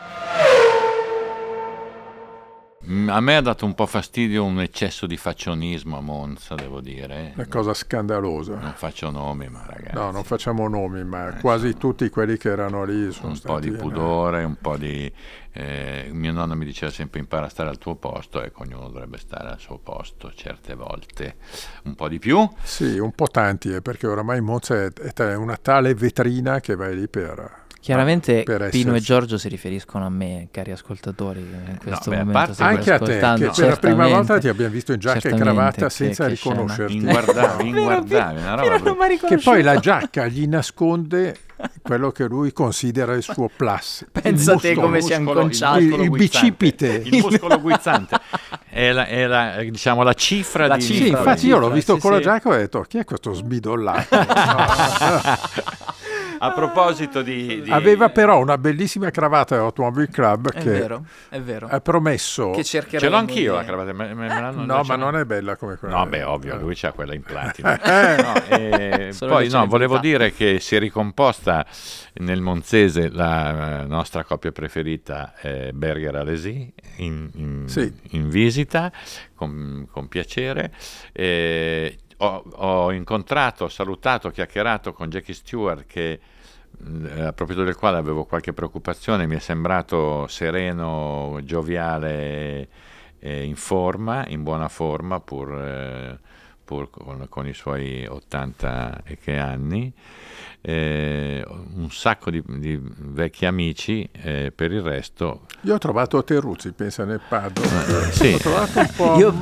Mm, A me ha dato un po' fastidio un eccesso di faccionismo a Monza, devo dire. eh.
Una cosa scandalosa.
Non faccio nomi, ma ragazzi.
No, non facciamo nomi, ma
Eh,
quasi tutti quelli che erano lì sono
un po'
stati... eh,
di pudore, un po' di... eh, mio nonno mi diceva sempre impara a stare al tuo posto, ecco, ognuno dovrebbe stare al suo posto certe volte, un po' di più.
Sì, un po' tanti, eh, perché oramai Monza è, è una tale vetrina che vai lì per...
Chiaramente
Per
Pino e
esserci.
Giorgio si riferiscono a me, cari ascoltatori, che in questo
beh, a
momento
parte-
stiamo
Anche a te, che
ascoltando,
per la prima
certamente.
volta ti abbiamo visto in giacca e
Certamente,
cravatta
che-
senza
che scena.
riconoscerti.
Inguardabile, inguardabile, una roba brutta.
Che poi la giacca gli nasconde quello che lui considera il suo plus.
Pensa
Il
te
muscolo,
come
il
si è
muscolo-
acconciato.
il muscolo
Il- il
guizzante,
bicipite.
il muscolo guizzante è la, è la, eh, diciamo la cifra
La
di
cifra,
Sì,
Nicola.
infatti io l'ho
Sì,
visto
sì,
con la
sì.
giacca e ho detto, chi è questo sbidollato?
a proposito di, di-
Aveva però una bellissima cravatta dell'Automobile Club
È
che
vero, è vero.
ha promesso...
Che cercheremo
ce l'ho anch'io
di-
la cravatta me- me- me l'hanno-
No,
ce
ma
l'ho.
non è bella come quella.
No, beh, ovvio,
Eh.
lui c'ha quella in platino. No, eh,
Solo le
poi
celebrità.
no, volevo dire che si è ricomposta nel Monzese la eh, nostra coppia preferita eh, Berger Alesi in, in-
Sì.
in visita, con, con piacere. Eh, ho, ho incontrato, salutato, chiacchierato con Jackie Stewart che mh, a proposito Eh, del quale avevo qualche preoccupazione, mi è sembrato sereno, gioviale eh, in forma, in buona forma pur, eh, pur con, con, i suoi 80 e che anni, eh, un sacco di, di vecchi amici, eh, per il resto...
Io ho trovato Terruzzi, pensa nel Padova.
Eh, sì.
Ho trovato un po'...
Io...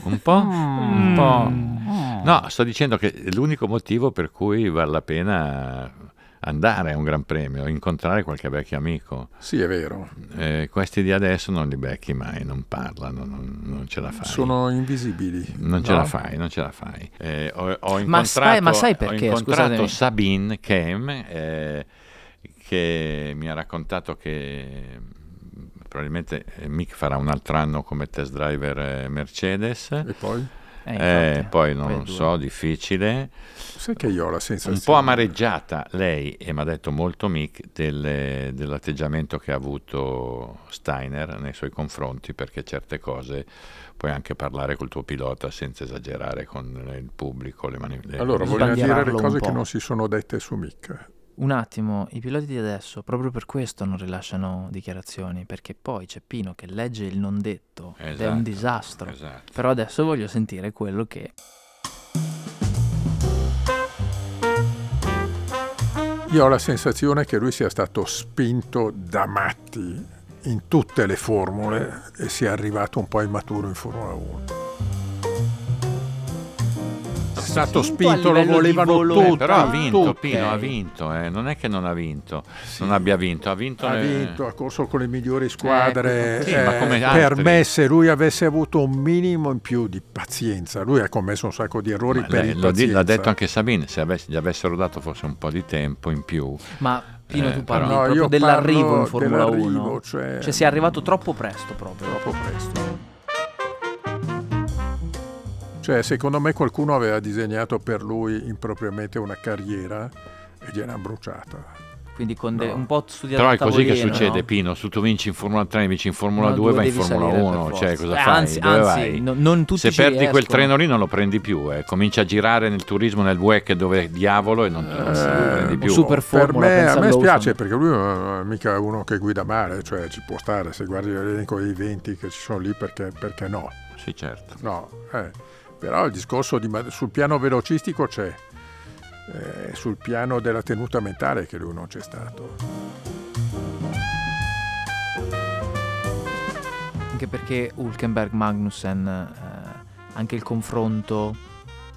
Un po'? Un po'. No, sto dicendo che l'unico motivo per cui vale la pena andare a un gran premio, incontrare qualche vecchio amico.
Sì, è vero.
Eh, questi di adesso non li becchi mai, non parlano, non, non ce la fai.
Sono invisibili.
Non no. ce la fai, non ce la fai. Eh, ho, ho
ma, sai, ma, sai, perché?
Ho incontrato Scusatemi. Sabine Kem eh, che mi ha raccontato che mm, probabilmente eh, Mick farà un altro anno come test driver eh, Mercedes.
E poi?
Eh, infatti, poi non so, difficile.
Sai che io ho la sensazione.
Un po' amareggiata lei, e mi ha detto molto Mick, del, dell'atteggiamento che ha avuto Steiner nei suoi confronti, perché certe cose puoi anche parlare col tuo pilota senza esagerare con il pubblico. Le mani, le
allora, voglio dire le cose che non si sono dette su Mick.
Un attimo, i piloti di adesso proprio per questo non rilasciano dichiarazioni, perché poi c'è Pino che legge il non detto esatto, ed è un disastro. Esatto. Però adesso voglio sentire quello che...
Io ho la sensazione che lui sia stato spinto da matti in tutte le formule e sia arrivato un po' immaturo in Formula 1 stato spinto, lo volevano tutti.
eh, Però ha vinto, tutto. Pino ha vinto, eh. non è che non ha vinto, sì. non abbia vinto, ha vinto.
Ha,
le...
vinto, ha corso con le migliori squadre.
Eh, sì, eh,
per me se lui avesse avuto un minimo in più di pazienza, lui ha commesso un sacco di errori ma per lei, impazienza.
L'ha detto anche Sabine, se avess- gli avessero dato forse un po' di tempo in più.
Ma Pino, tu parli Eh, però, proprio dell'arrivo in Formula dell'arrivo, 1.
Cioè,
cioè sei arrivato troppo presto proprio.
Troppo presto. Cioè, secondo me qualcuno aveva disegnato per lui impropriamente una carriera e gliel'ha bruciata.
Quindi con no. de- un po' studiato
Però è così che succede, no? Pino. Se tu vinci in Formula 3, vinci in Formula no, 2, vai in Formula 1. Cioè, cosa eh, fai?
Anzi, anzi no, non tutti
Se perdi
riescono.
quel treno lì, non lo prendi più. Eh. Cominci a girare nel turismo, nel WEC, dove diavolo, e non, eh, non lo prendi più.
Super Formula,
per me, a me spiace perché lui non è mica uno che guida male. Cioè, ci può stare. Se guardi l'elenco dei 20 che ci sono lì, perché, perché no?
Sì, certo.
No, eh però il discorso di, sul piano velocistico c'è, eh, sul piano della tenuta mentale che lui non c'è stato.
Anche perché Hulkenberg Magnussen, eh, anche il confronto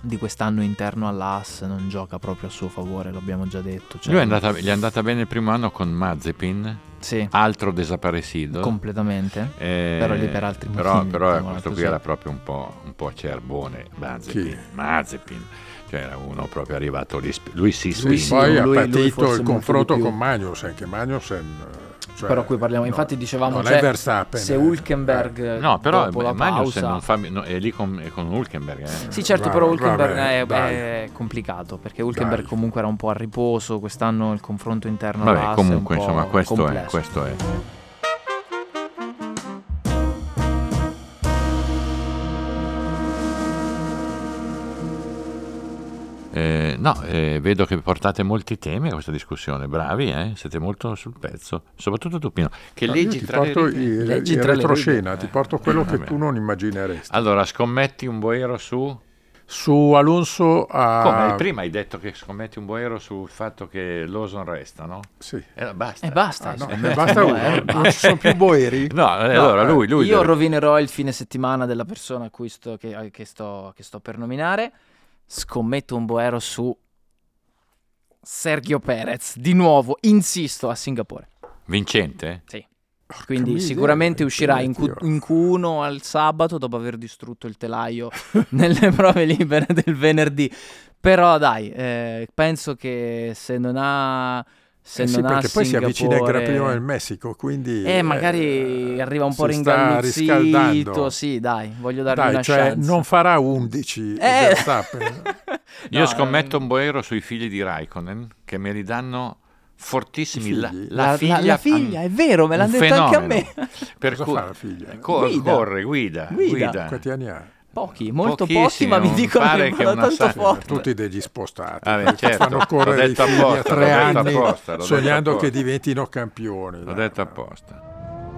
di quest'anno interno all'AS non gioca proprio a suo favore, l'abbiamo già detto.
Cioè... Lui è andata, gli è andata bene il primo anno con Mazepin,
sì.
altro desaparecido.
Completamente, eh, però lì per altri
però,
motivi.
Però questo così. qui era proprio un po', un po acerbone, Mazepin. Sì. Mazepin. Cioè era uno proprio arrivato lì, lui si spinge. Sì,
poi
lui,
ha patito lui il confronto con Magnus, anche Magnus cioè,
però qui parliamo, infatti
no,
dicevamo
no,
cioè, se Hulkenberg eh.
no però
dopo la pausa...
non fa, no, è lì con, è con Hulkenberg eh.
sì certo va, però Hulkenberg è, è, complicato perché Hulkenberg dai. comunque era un po' a riposo quest'anno il confronto interno
vabbè comunque insomma questo
complesso.
è questo è Eh, no, eh, vedo che portate molti temi a questa discussione, bravi, eh? siete molto sul pezzo, soprattutto tu Pino, che
no,
leggi
ti
tra
porto
le righe. Ah.
Il,
leggi
il retroscena, ti porto quello che tu non immagineresti.
Allora, scommetti un boero su...
Su Alonso a...
Come? Prima hai detto che scommetti un boero sul fatto che Lawson resta, no?
Sì.
Eh, basta.
E basta.
Ah, no, ne basta uno. Eh, non ci sono più boeri? eh,
No, eh, allora lui, lui
eh, Io
deve...
rovinerò il fine settimana della persona sto, che, eh, che, sto, che sto per nominare scommetto un boero su Sergio Perez, di nuovo, insisto, a Singapore.
Vincente? eh?
Sì. Porca Quindi miseria, sicuramente uscirà in, Q, in 1 al sabato dopo aver distrutto il telaio nelle prove libere del venerdì. Però dai, eh, penso che se non ha... Se eh
sì,
non
perché poi
Singapore...
si avvicina il Gran Premio del Messico, quindi...
Eh, magari
eh,
arriva un po'
ringalluzzito,
sì, dai, voglio dargli
dai,
una
cioè,
chance.
non farà 11 eh.
Io
eh,
no, scommetto un boero sui figli di Raikkonen, che me li danno fortissimi. La, la,
la,
figlia,
la figlia, è vero, me l'hanno detto
fenomeno.
anche a me.
Per
Cosa
cui- eh,
fa la figlia?
Cor-
Guida.
Corre, guida,
Guida.
guida.
Quanti anni ha?
Pochi, molto pochi,
Pochissimi,
ma mi
non
dicono
pare
che
che
vanno
una
tanto
sa-
forte.
Tutti degli spostati.
Ah, beh,
perché
certo.
fanno correre
L'ho
i
detto
figli a
apposta,
tre
l'ho detto
anni
apposta, l'ho detto
sognando
apposta.
che diventino campioni.
L'ho
dai.
detto apposta.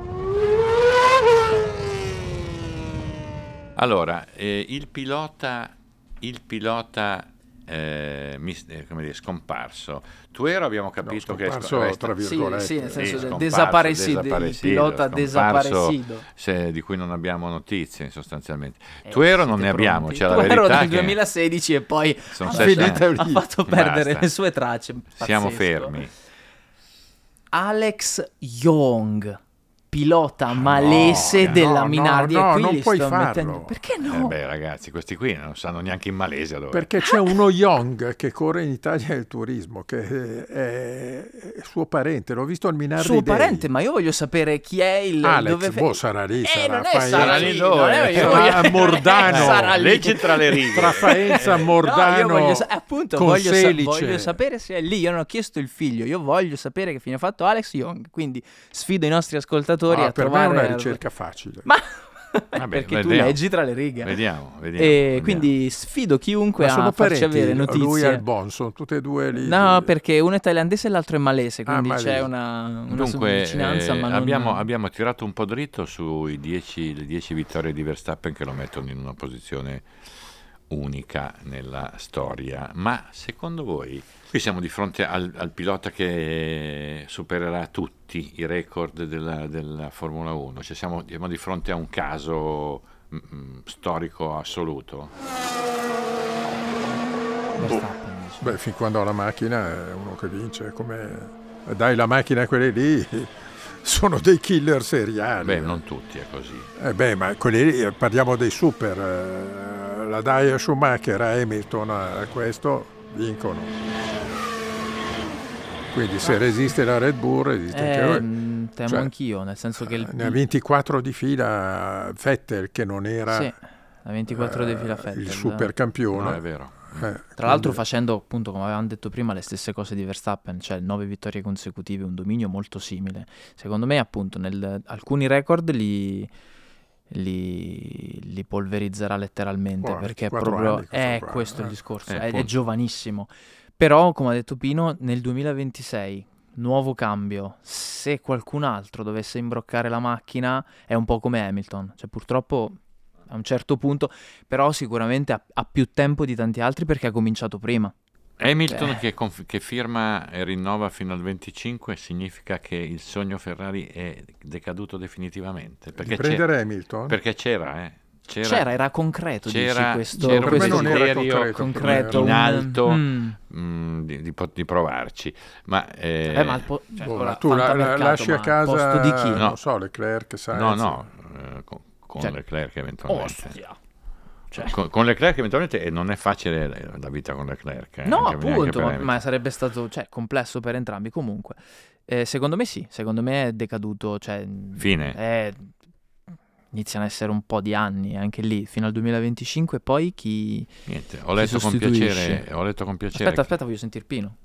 Allora, eh, il pilota, il pilota eh, mis- eh, come dire, scomparso. Tuero abbiamo capito
No,
che è
scomparso, tra
Sì,
virgolette.
sì, nel senso
scomparso,
desaparecido, il
desaparecido,
pilota
scomparso.
desaparecido.
se- di cui non abbiamo notizie sostanzialmente.
Eh,
Tuero non
siete
ne abbiamo,
pronti?
c'è la
Tuero
verità
del
che
2016 e poi
sono
ha-
sette
finita
anni.
ha
lì.
fatto perdere
Basta.
le sue tracce.
Siamo
Pazzesco.
fermi. Eh,
Alex Young, pilota malese
no,
della
Ah, no,
Minardi.
no,
e qui
non
li
puoi
sto
farlo.
mettendo- Perché
Eh
no?
beh, ragazzi, questi qui non sanno neanche in Malesia dove.
Perché c'è uno Young che corre in Italia nel turismo, che è, è suo parente, l'ho visto al Minardi
Suo
Day.
parente, ma io voglio sapere chi è il...
Alex,
dove fe-
boh, sarà lì,
Eh,
sarà
non è
Faenza.
Sara
Sarà
lì,
lì
non
dove?
è- io
Sarà
voglio-
a Mordano.
Sarà lì. Eh,
Leggi tra le righe.
Tra Faenza, Mordano,
No, io voglio, sa- eh, appunto,
con
voglio, sa-
Selice.
voglio sapere se è lì. Io non ho chiesto il figlio, io voglio sapere che fine ha fatto Alex Young. Quindi sfido i nostri ascoltatori
Ah,
a
per
trovare
me è una ricerca facile.
Ma
Vabbè,
perché tu
vediamo.
leggi tra le righe.
Vediamo, vediamo.
e
vediamo.
quindi sfido chiunque
Ma sono
a farci
parenti,
avere notizie.
lui e il Bon, sono tutte e due lì.
No,
di-
perché uno è thailandese e l'altro è malese,
Ah,
quindi
malese.
c'è una, una
Dunque,
vicinanza,
eh,
ma non...
abbiamo, abbiamo tirato un po' dritto sui 10, le 10 vittorie di Verstappen che lo mettono in una posizione unica nella storia. Ma secondo voi, qui siamo di fronte al, al pilota che supererà tutti i record della, della Formula 1? Cioè siamo, siamo di fronte a un caso mm, mm, storico assoluto? Boh.
Verstappen, dice.
Beh, fin quando ho la macchina è uno che vince, come... Dai la macchina a quelli lì, sono dei killer seriali.
Beh, non tutti è così.
Eh beh, ma quelli lì, eh, parliamo dei super, eh, la Dai a Schumacher, a Hamilton, a a questo, vincono. Quindi se resiste la Red Bull, resiste
Eh,
anche lui.
mh, temo
Cioè,
anch'io, nel senso che il...
Ne ha 24 di fila Vettel, che non era
Sì, la 24 dei
eh,
fila Vettel.
il
No,
supercampione. Eh,
è vero.
Tra l'altro facendo appunto, come avevamo detto prima, le stesse cose di Verstappen, cioè 9 vittorie consecutive, un dominio molto simile. Secondo me appunto nel- alcuni record li, li- li polverizzerà letteralmente
Buono,
perché è
24
proprio...
anni questo
è
qua,
questo
eh.
il discorso,
Eh,
è, è
appunto.
giovanissimo. Però come ha detto Pino, nel 2026, nuovo cambio, se qualcun altro dovesse imbroccare la macchina è un po' come Hamilton, cioè purtroppo a un certo punto, però sicuramente ha, ha più tempo di tanti altri perché ha cominciato prima.
Hamilton
Beh.
che, conf- che firma e rinnova fino al 25 significa che il sogno Ferrari è decaduto definitivamente. Perché,
Di
c'è-
prendere Hamilton?
perché c'era, eh. c'era,
C'era, era concreto,
c'era-
dici, questo,
c'era un
per me
questo
non era
desiderio
concreto.
concreto.
in
un-
alto.
Mm.
mm, di, di po- di provarci. Ma, eh,
Eh, ma al po- cioè,
Boh,
ora,
ma tu la- la-
fantamercato,
lasci
ma
a
al
casa,
posto di chi?
No.
non so, Leclerc, Sainz.
no, no, eh, con, con
Cioè-
Leclerc
Oh,
eventualmente.
Ostia. Cioè-
Con, con Leclerc eventualmente eh, non è facile la- la vita con Leclerc. eh,
No,
anche- neanche
appunto,
per
ma,
Hamilton.
ma sarebbe stato cioè, complesso per entrambi comunque. Eh, secondo me sì, secondo me è decaduto, cioè,
Fine.
eh, iniziano a essere un po' di anni eh, anche lì, fino al 2025 poi chi...
Niente, ho letto con
sostituisce?
piacere. Ho letto con piacere
Aspetta, aspetta, voglio sentire Pino.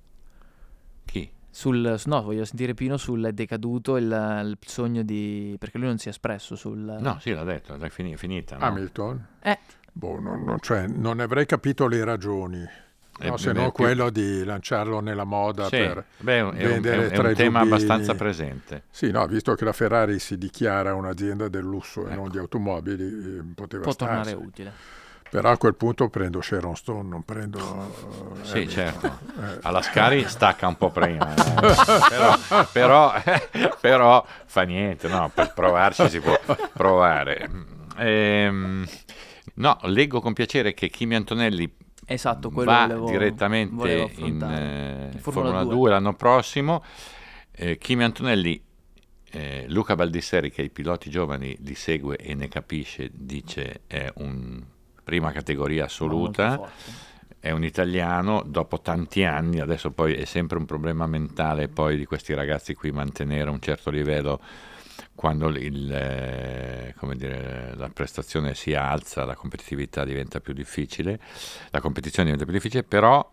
chi?
Sul, su- no, voglio sentire Pino sul è decaduto il, il sogno di... perché lui non si è espresso sul...
No, sì, l'ha detto, è fini- finita.
Ah,
no?
Hamilton?
Eh.
Boh, non, non- cioè, non ne avrei capito le ragioni, no,
Eh,
se
beh,
no
più-
quello di lanciarlo nella moda
Sì,
per...
beh, è un- è un, è
vendere
un
tra i
tema
giubbini.
abbastanza presente.
Sì, no, visto che la Ferrari si dichiara un'azienda del lusso e
Ecco.
non di automobili, eh, poteva
può tornare
starsi.
utile.
Però a quel punto prendo Sharon Stone, non prendo... eh,
Sì,
Hamilton.
certo.
Eh,
Alla Scari stacca un po' prima, eh. però, però, però fa niente, no, per provarci si può provare. Ehm, no, leggo con piacere che Kimi Antonelli
Esatto, quello
Mm, va
volevo- volevo
direttamente in,
affrontare.
eh,
In Formula
Formula, 2.
2
l'anno prossimo. Eh, Kimi Antonelli, eh, Luca Baldisseri, che i piloti giovani li segue e ne capisce, dice è un prima categoria assoluta
Molto forte.
è un italiano dopo tanti anni, adesso poi è sempre un problema mentale poi di questi ragazzi qui mantenere un certo livello quando il, eh, come dire, la prestazione si alza, la competitività diventa più difficile, la competizione diventa più difficile, però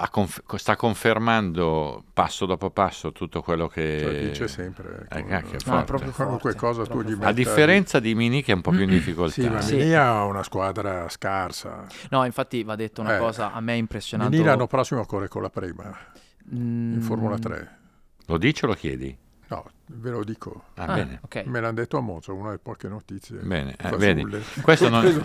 ha conf- sta confermando passo dopo passo tutto quello che...
cioè, vince sempre.
Eh,
ecco.
cacchio, è
No,
forte.
è proprio
Qualunque
forte,
cosa
troppo
tu gli
forte.
A
metta-
differenza di Mini che è un po' più in difficoltà.
Sì, ma
Sì.
Menia ha una squadra scarsa.
No, infatti va detto una
Eh,
cosa, a me è impressionato...
Menia l'anno prossimo corre con la prima, in
Mm,
Formula 3.
Lo dici o lo chiedi?
No, Ve lo dico.
Ah,
Ah,
bene.
ok.
Me l'hanno detto a Monza, una delle poche notizie.
Bene, eh,
fasulle.
vedi. Questo non...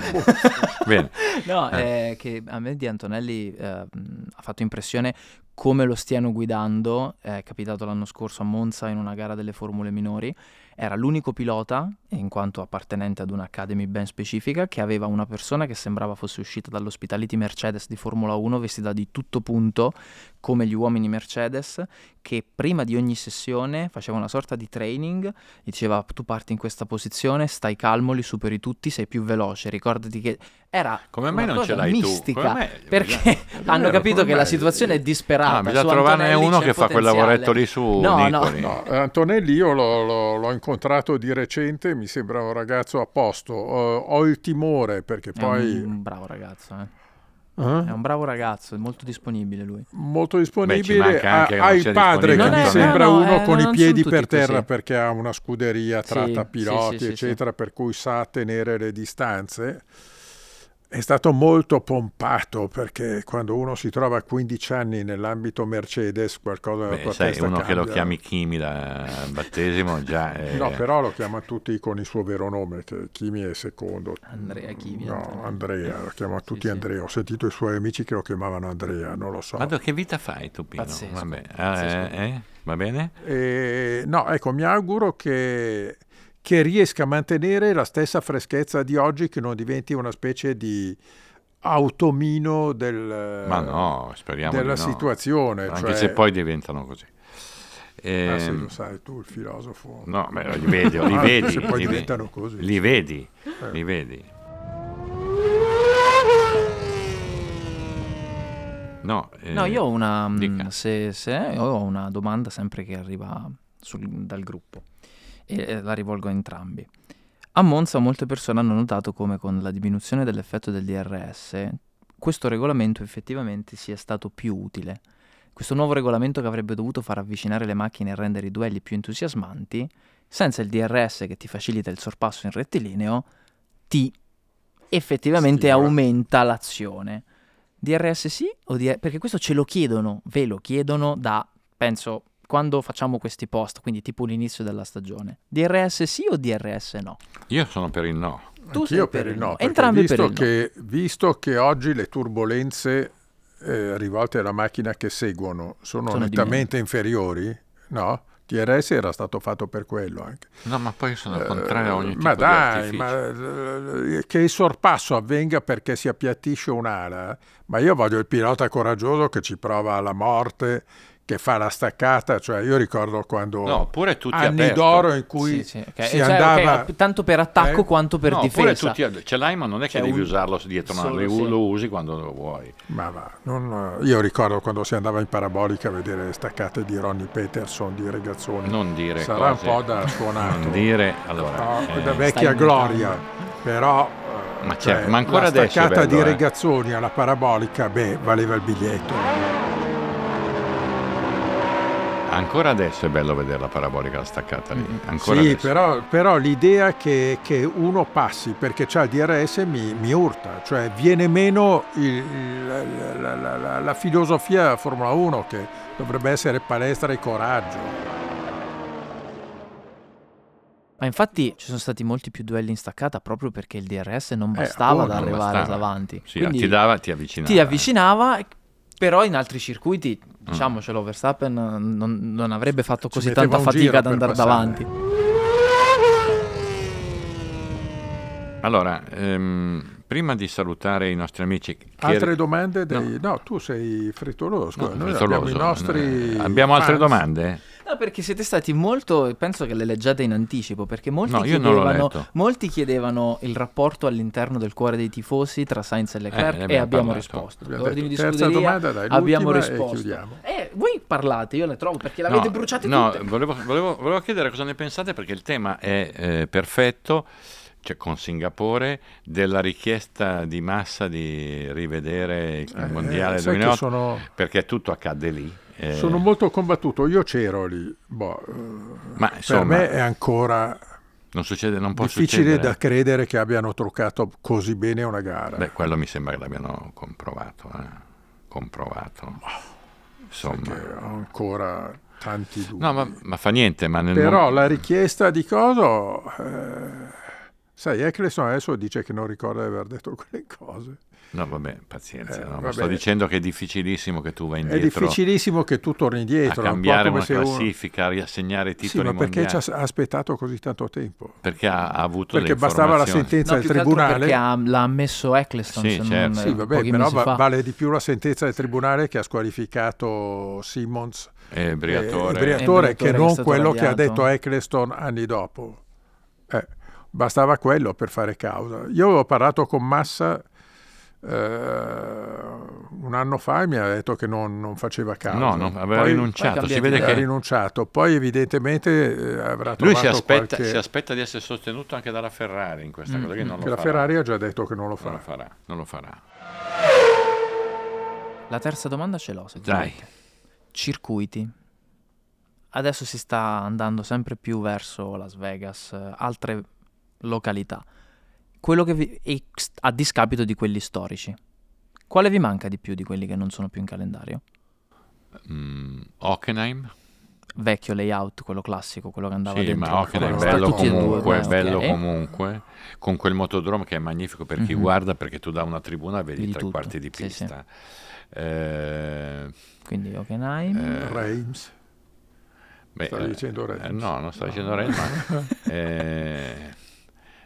bene.
No, eh, che a me di Antonelli eh, mh, ha fatto impressione come lo stiano guidando. È capitato l'anno scorso a Monza in una gara delle formule minori. Era l'unico pilota, in quanto appartenente ad un'academy ben specifica, che aveva una persona che sembrava fosse uscita dall'ospitality Mercedes di Formula 1 vestita di tutto punto, come gli uomini Mercedes, che prima di ogni sessione faceva una sorta di training diceva tu parti in questa posizione, stai calmo, li superi tutti, sei più veloce, ricordati che era
Come mai
una
non ce
cosa
l'hai
mistica,
tu? Come mai-
perché
Bisogna-
hanno
Davvero,
capito
come
che la
mai?
situazione è disperata.
Ah, bisogna
su
trovarne
Antonelli
uno
c'è
che fa quel
potenziale.
lavoretto lì su
No, no,
Napoli.
No, eh, Antonelli io l'ho, l'ho- l'ho incontrato di recente, mi sembra un ragazzo a posto. Ho, ho il timore perché
È un,
poi...
un Mm, bravo ragazzo, eh.
Eh?
è un bravo ragazzo, è molto disponibile lui.
Molto
Beh, ci
disponibile,
manca
ha,
anche che
ha
non
il
sia
padre che
disponibile
mi
Antonelli.
sembra
No, no,
uno
eh,
con
non
i
sono
piedi
tutti
per
così.
terra perché ha una scuderia
Sì,
tratta
sì,
piloti,
sì, sì, sì.
eccetera, per cui sa tenere le distanze. È stato molto pompato perché quando uno si trova a 15 anni nell'ambito Mercedes qualcosa della
Beh,
tua
sai,
testa
uno che lo
cambia.
chiami Kimi da battesimo già... eh,
No, però lo chiama tutti con il suo vero nome, che Kimi è secondo.
Andrea Kimi,
No,
Antonelli.
Andrea, lo chiamano
Sì,
tutti
sì.
Andrea. Ho sentito i suoi amici che lo chiamavano Andrea, non lo so.
Vado, che vita fai tu, Pino?
Pazzesco,
Vabbè, eh,
pazzesco.
eh, va bene?
E, no, ecco, mi auguro che, che riesca a mantenere la stessa freschezza di oggi, che non diventi una specie di automino del-
Ma no, speriamo di
Eh, della
no.
situazione.
Anche
cioè-
se poi diventano così.
Ah,
Ehm,
sì, lo sai, tu il filosofo.
No, beh, li vedi, li
Anche
vedi,
se poi
li, ve-
diventano così. Eh.
li vedi, li vedi. No, eh,
No, io ho una, mh,
dica.
se- se- ho una domanda sempre che arriva sul- dal gruppo e eh, la rivolgo a entrambi. A Monza molte persone hanno notato come con la diminuzione dell'effetto del DRS questo regolamento effettivamente sia stato più utile. Questo nuovo regolamento che avrebbe dovuto far avvicinare le macchine e rendere i duelli più entusiasmanti, senza il DRS che ti facilita il sorpasso in rettilineo, ti effettivamente
Stimola.
aumenta l'azione. DRS sì o DR Perché questo ce lo chiedono, ve lo chiedono da, penso, quando facciamo questi post, quindi tipo l'inizio della stagione. DRS sì o DRS no?
io sono per il no.
Tu sei
Anch'io per il no, perché
Entrambi
visto,
per il no.
che, visto che oggi le turbulenze eh, rivolte alla macchina che seguono sono,
Sono di
nettamente inferiori, no? TRS era stato fatto per quello anche.
No, ma poi io sono al contrario a
Eh,
ogni tipo
ma
di
dai,
artificio.
ma, eh, che il sorpasso avvenga perché si appiattisce un'ala, ma io voglio il pilota coraggioso che ci prova alla morte, che fa la staccata, cioè io ricordo quando
No, oppure tutti
anni
aperto.
d'oro in
Sì,
cui
sì, ok.
si
Cioè, ok,
andava
tanto per attacco
Eh?
quanto per
No, oppure
difesa.
tutti a- ce l'hai, ma non è che
Cioè,
devi
un-
usarlo dietro, no,
solo,
lo-
sì.
lo usi quando lo vuoi.
Ma va, non- eh, io ricordo quando si andava in parabolica a vedere le staccate di Ronnie Peterson, di Regazzoni.
Non dire
Sarà
cose-
un po' da suonato.
Non dire, allora,
No,
eh,
da vecchia
Stai
gloria, però... eh,
Ma certo, ma ancora
la
adesso è
staccata
bello,
di
eh.
Regazzoni alla parabolica, beh, valeva il biglietto.
ancora adesso è bello vedere la parabolica la staccata lì. Ancora
sì,
adesso.
però, però l'idea che, che uno passi perché c'ha il DRS mi, mi urta, cioè viene meno il- la, la- la- la- la filosofia della Formula 1 che dovrebbe essere palestra e coraggio.
Ma infatti ci sono stati molti più duelli in staccata proprio perché il DRS non
Eh,
bastava ad
appunto, non
arrivare
bastava.
davanti.
Sì,
Quindi
ti dava, ti avvicinava.
ti avvicinava, però in altri circuiti, diciamocelo, Verstappen eh, non, non avrebbe fatto così
metteva
tanta
un
fatica
giro
ad
per
andare
passare.
davanti.
Allora, ehm, prima di salutare i nostri amici... che-
Altre domande? Dei... No. tu sei frettoloso.
No,
scusa, noi
frettoloso.
abbiamo i nostri.
Eh, abbiamo altre
fans.
domande?
No, perché siete stati molto. Penso che le leggiate in anticipo. Perché molti,
No, io non l'ho
chiedevano,
letto.
molti chiedevano il rapporto all'interno del cuore dei tifosi tra Sainz e Leclerc
Eh, ne
e
abbiamo
abbiamo
parlato.
risposto.
Abbiamo
L'ordine di
detto, certo. terza
scuderia
domanda, dai, l'ultima
abbiamo
e
risposto.
chiudiamo.
Eh, voi parlate, io le trovo perché le avete
No,
bruciate
no,
tutte.
volevo, volevo- volevo chiedere cosa ne pensate perché il tema è eh, perfetto, cioè con Singapore, della richiesta di massa di rivedere il
Eh,
Mondiale
sai che
2008,
sono,
perché tutto accade lì. eh,
sono molto combattuto. Io c'ero lì. Boh, eh,
ma
per
insomma,
me è ancora
non, succede, non può
difficile
succedere.
da credere che abbiano truccato così bene una gara.
Beh, quello mi sembra che l'abbiano comprovato. eh, Comprovato. Insomma,
Che ho ancora tanti dubbi.
No, ma, ma fa niente, ma nel
Però
mom-
la richiesta di Coso... eh, sai, Eccleston adesso dice che non ricorda di aver detto quelle cose.
No, vabbè, pazienza.
Eh,
no, ma
vabbè.
Sto dicendo che è difficilissimo che tu vai
È
indietro
difficilissimo che tu torni
a
indietro. è un po'
cambiare
come
una
se uno-
classifica, a riassegnare i
Sì,
titoli
ma perché
mondiali.
ci ha ha aspettato così tanto tempo?
Perché ha, ha avuto
Perché
le
bastava la
informazioni.
sentenza
No,
del
più che altro
tribunale.
perché ha- l'ha ammesso Eccleston.
Sì,
se non-
certo.
eh,
Sì, vabbè,
pochi
però
mesi
va-
fa.
vale di più la sentenza del tribunale che ha squalificato Simmons,
Eh, Briatore.
eh,
Eh, Briatore
che
che è
non
stato
quello che ha
radiato.
detto Eccleston anni dopo. Eh, bastava quello per fare causa. Io avevo parlato con Massa eh, un anno fa e mi ha detto che non, non faceva causa.
No, no, aveva
Poi
rinunciato. Si
cambiato
vede
idea.
ha
che
rinunciato. Poi evidentemente eh, avrà
lui
trovato
si aspetta,
qualche... Mm,
si aspetta di essere sostenuto anche dalla Ferrari in questa cosa. Che non lo
che la
farà.
Ferrari ha già detto che non lo
non lo
farà.
farà. Non lo farà.
La terza domanda ce l'ho. se ti
Dai.
volete. Circuiti. Adesso si sta andando sempre più verso Las Vegas, eh, altre località. Quello che vi- e s- a discapito di quelli storici. Quale vi manca di più di quelli che non sono più in calendario?
Mm, Hockenheim?
Vecchio layout, quello classico, quello che andava
Sì,
dentro.
ma Hockenheim è
Sta
bello
tutti e due,
comunque,
eh,
bello
ok.
comunque, con quel motodromo che è magnifico per chi
Mhm.
guarda, perché tu da una tribuna vedi,
Vedi
tre
tutto,
quarti di
sì, sì.
pista. Eh,
Quindi Hockenheim.
eh,
Reims.
beh,
Stavi
eh,
dicendo Reims. Ah,
eh, no, non sto dicendo Reims, ma... eh,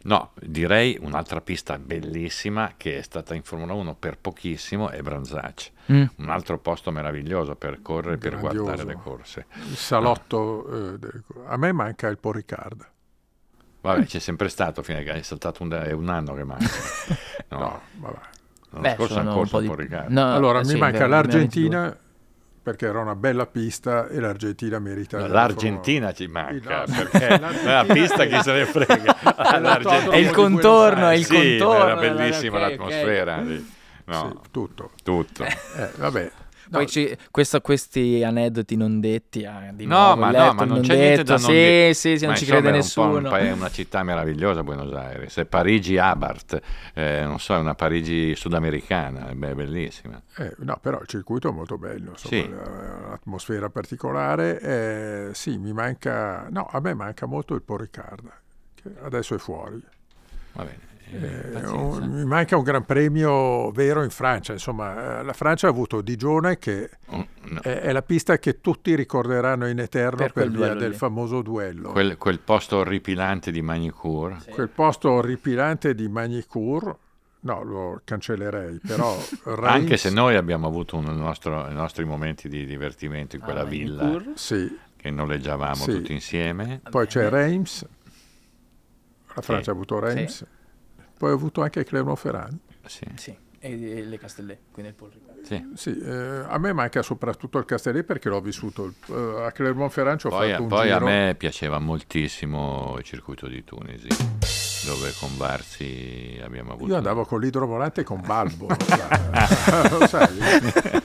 no, direi un'altra pista bellissima che è stata in Formula 1 per pochissimo è Branzacci,
Mm.
un altro posto meraviglioso per correre, e per
Grandioso.
guardare le corse.
Il salotto. eh, del- a me manca il Poricard.
Vabbè, c'è sempre stato, fino a che è saltato un, è un anno che manca. No,
No, vabbè.
l'anno
Beh,
scorso ha
sono un
corso
po'
a
di-
Porricard.
No,
allora
Ah, eh, sì,
mi
è
manca
vero, ne avete due.
l'Argentina perché era una bella pista e l'Argentina merita.
L'Argentina ci manca,
Sì, no,
perché
l'Argentina
la pista
è-
chi se ne frega.
l'autodromo
È
L'Argentina Eh,
il
di Buenos
contorno, è il
Aires.
sì,
contorno.
era bellissima
ok, ok.
l'atmosfera. sì.
Sì,
No,
tutto.
tutto.
Eh, vabbè.
Poi
No,
ci- questo- questi aneddoti non detti, ah, di
No,
nuovo,
ma
il
no,
letto
ma non c'è
detto,
niente da non
sì,
dire.
Sì, sì,
Ma
non ci
insomma,
crede
era un po' un
nessuno.
pa- è una città meravigliosa Buenos Aires, è Parigi Abart, eh, non so, è una Parigi sudamericana, beh, è bellissima.
eh, no, però il circuito è molto bello, insomma,
Sì.
eh, un'atmosfera particolare. eh, sì, mi manca. No, a me manca molto il Poricard, che adesso è fuori.
Va bene. eh,
Eh,
pazienza.
un- mi manca un gran premio vero in Francia, insomma, eh, la Francia ha avuto Digione che
Un- no,
è, è la pista che tutti ricorderanno in eterno
Per
per,
quel
via
duello
del
lì.
famoso duello. Quel,
Quel, quel posto orripilante di Magnicur.
posto orripilante di Magnicourt, no, lo cancellerei, però Reims-
Anche se noi abbiamo avuto un nostro- i nostri momenti di divertimento in quella
Ah,
villa
Manicure.
Sì,
che noleggiavamo
Sì.
tutti insieme.
poi c'è Reims, la Francia ha avuto Reims, poi ha avuto anche Clermont-Ferrand.
Sì.
Sì, e, le Castellè, quindi il Polricardo.
Sì.
Sì, eh, a me manca soprattutto il Castellet perché l'ho vissuto, il- eh, a Clermont-Ferrand ci ho
Poi,
fatto un
poi
giro.
a me piaceva moltissimo il circuito di Tunisi, dove con Barsi abbiamo avuto...
Io andavo con l'idrovolante e con Balbo, cioè, lo sai.
Ah,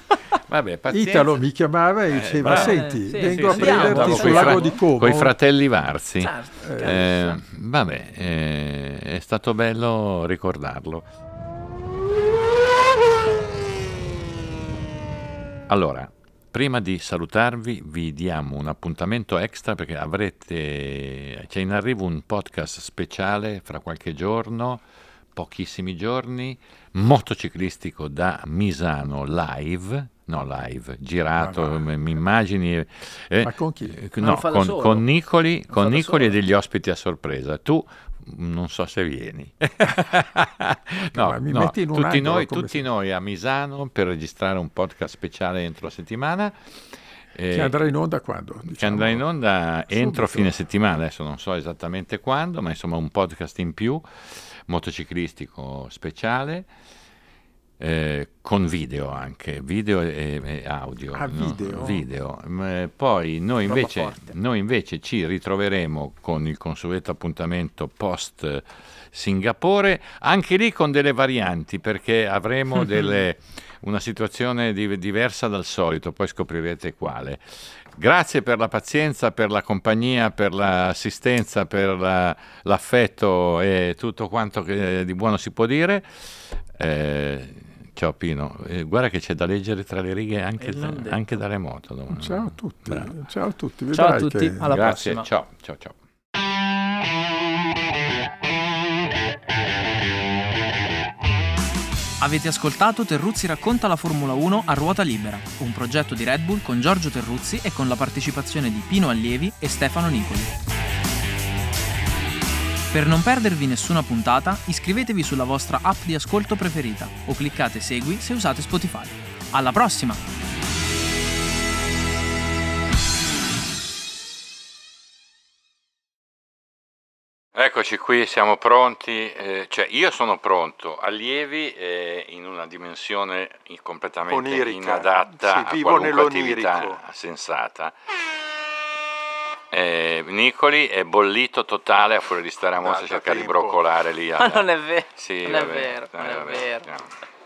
Vabbè, pazienza.
Italo mi chiamava e diceva:
bravo.
Senti,
Eh, sì,
vengo
sì,
a
sì, andiamo.
prenderti
Andavo
Andavo
sul
coi
fra-
lago di Como.
Coi fratelli Varsi.
Certo,
Eh, vabbè, eh, è stato bello ricordarlo. Allora, prima di salutarvi vi diamo un appuntamento extra perché avrete, c'è in arrivo un podcast speciale fra qualche giorno, pochissimi giorni, motociclistico da Misano live, no live, girato,
Ma va.
m- immagini. eh,
Ma con chi?
eh,
Ma
no,
lo fa da
con,
solo?
con Nicoli,
fa
con
da
Nicoli e
solo?
degli ospiti a sorpresa. Tu mh, non so se vieni. no,
Ma mi
no,
metti in un
tutti,
angolo,
noi,
come
tutti
se-
noi a Misano per registrare un podcast speciale entro la settimana. eh,
Che andrà in onda quando?
che
diciamo.
andrà in onda
Subito.
entro fine settimana, adesso non so esattamente quando, ma insomma un podcast in più, motociclistico speciale, eh, con video anche, video e, e audio.
Ah, video?
Video. Mm, eh, Poi noi
Roba
invece,
forte.
noi invece ci ritroveremo con il consueto appuntamento post eh, Singapore, anche lì con delle varianti, perché avremo delle- una situazione di- diversa dal solito, poi scoprirete quale. Grazie per la pazienza, per la compagnia, per l'assistenza, per la- l'affetto e tutto quanto che di buono si può dire. Eh, Ciao Pino, Eh, guarda che c'è da leggere tra le righe anche,
Eh, l'ho detto.
anche da remoto. domani.
Ciao a tutti.
Bravo.
Ciao a tutti.
Ciao a
vedrai
tutti,
che-
alla
Grazie,
prossima.
ciao, ciao, ciao.
Avete ascoltato Terruzzi racconta la Formula 1 a ruota libera, un progetto di Red Bull con Giorgio Terruzzi e con la partecipazione di Pino Allievi e Stefano Nicoli. Per non perdervi nessuna puntata, iscrivetevi sulla vostra app di ascolto preferita o cliccate Segui se usate Spotify. Alla prossima!
Eccoci qui, siamo pronti, eh, cioè io sono pronto, allievi eh, in una dimensione in- completamente
Onirica. Sì,
inadatta a
vivo
qualunque
nell'onirico.
attività sensata. Eh, Nicoli è bollito totale a fuori di stare a Monza a
Da- da
cercare di
tempo.
broccolare lì.
Ma
alla-
non è vero,
Sì,
non è
vabbè,
vero,
eh,
non è
vabbè,
vero.
no.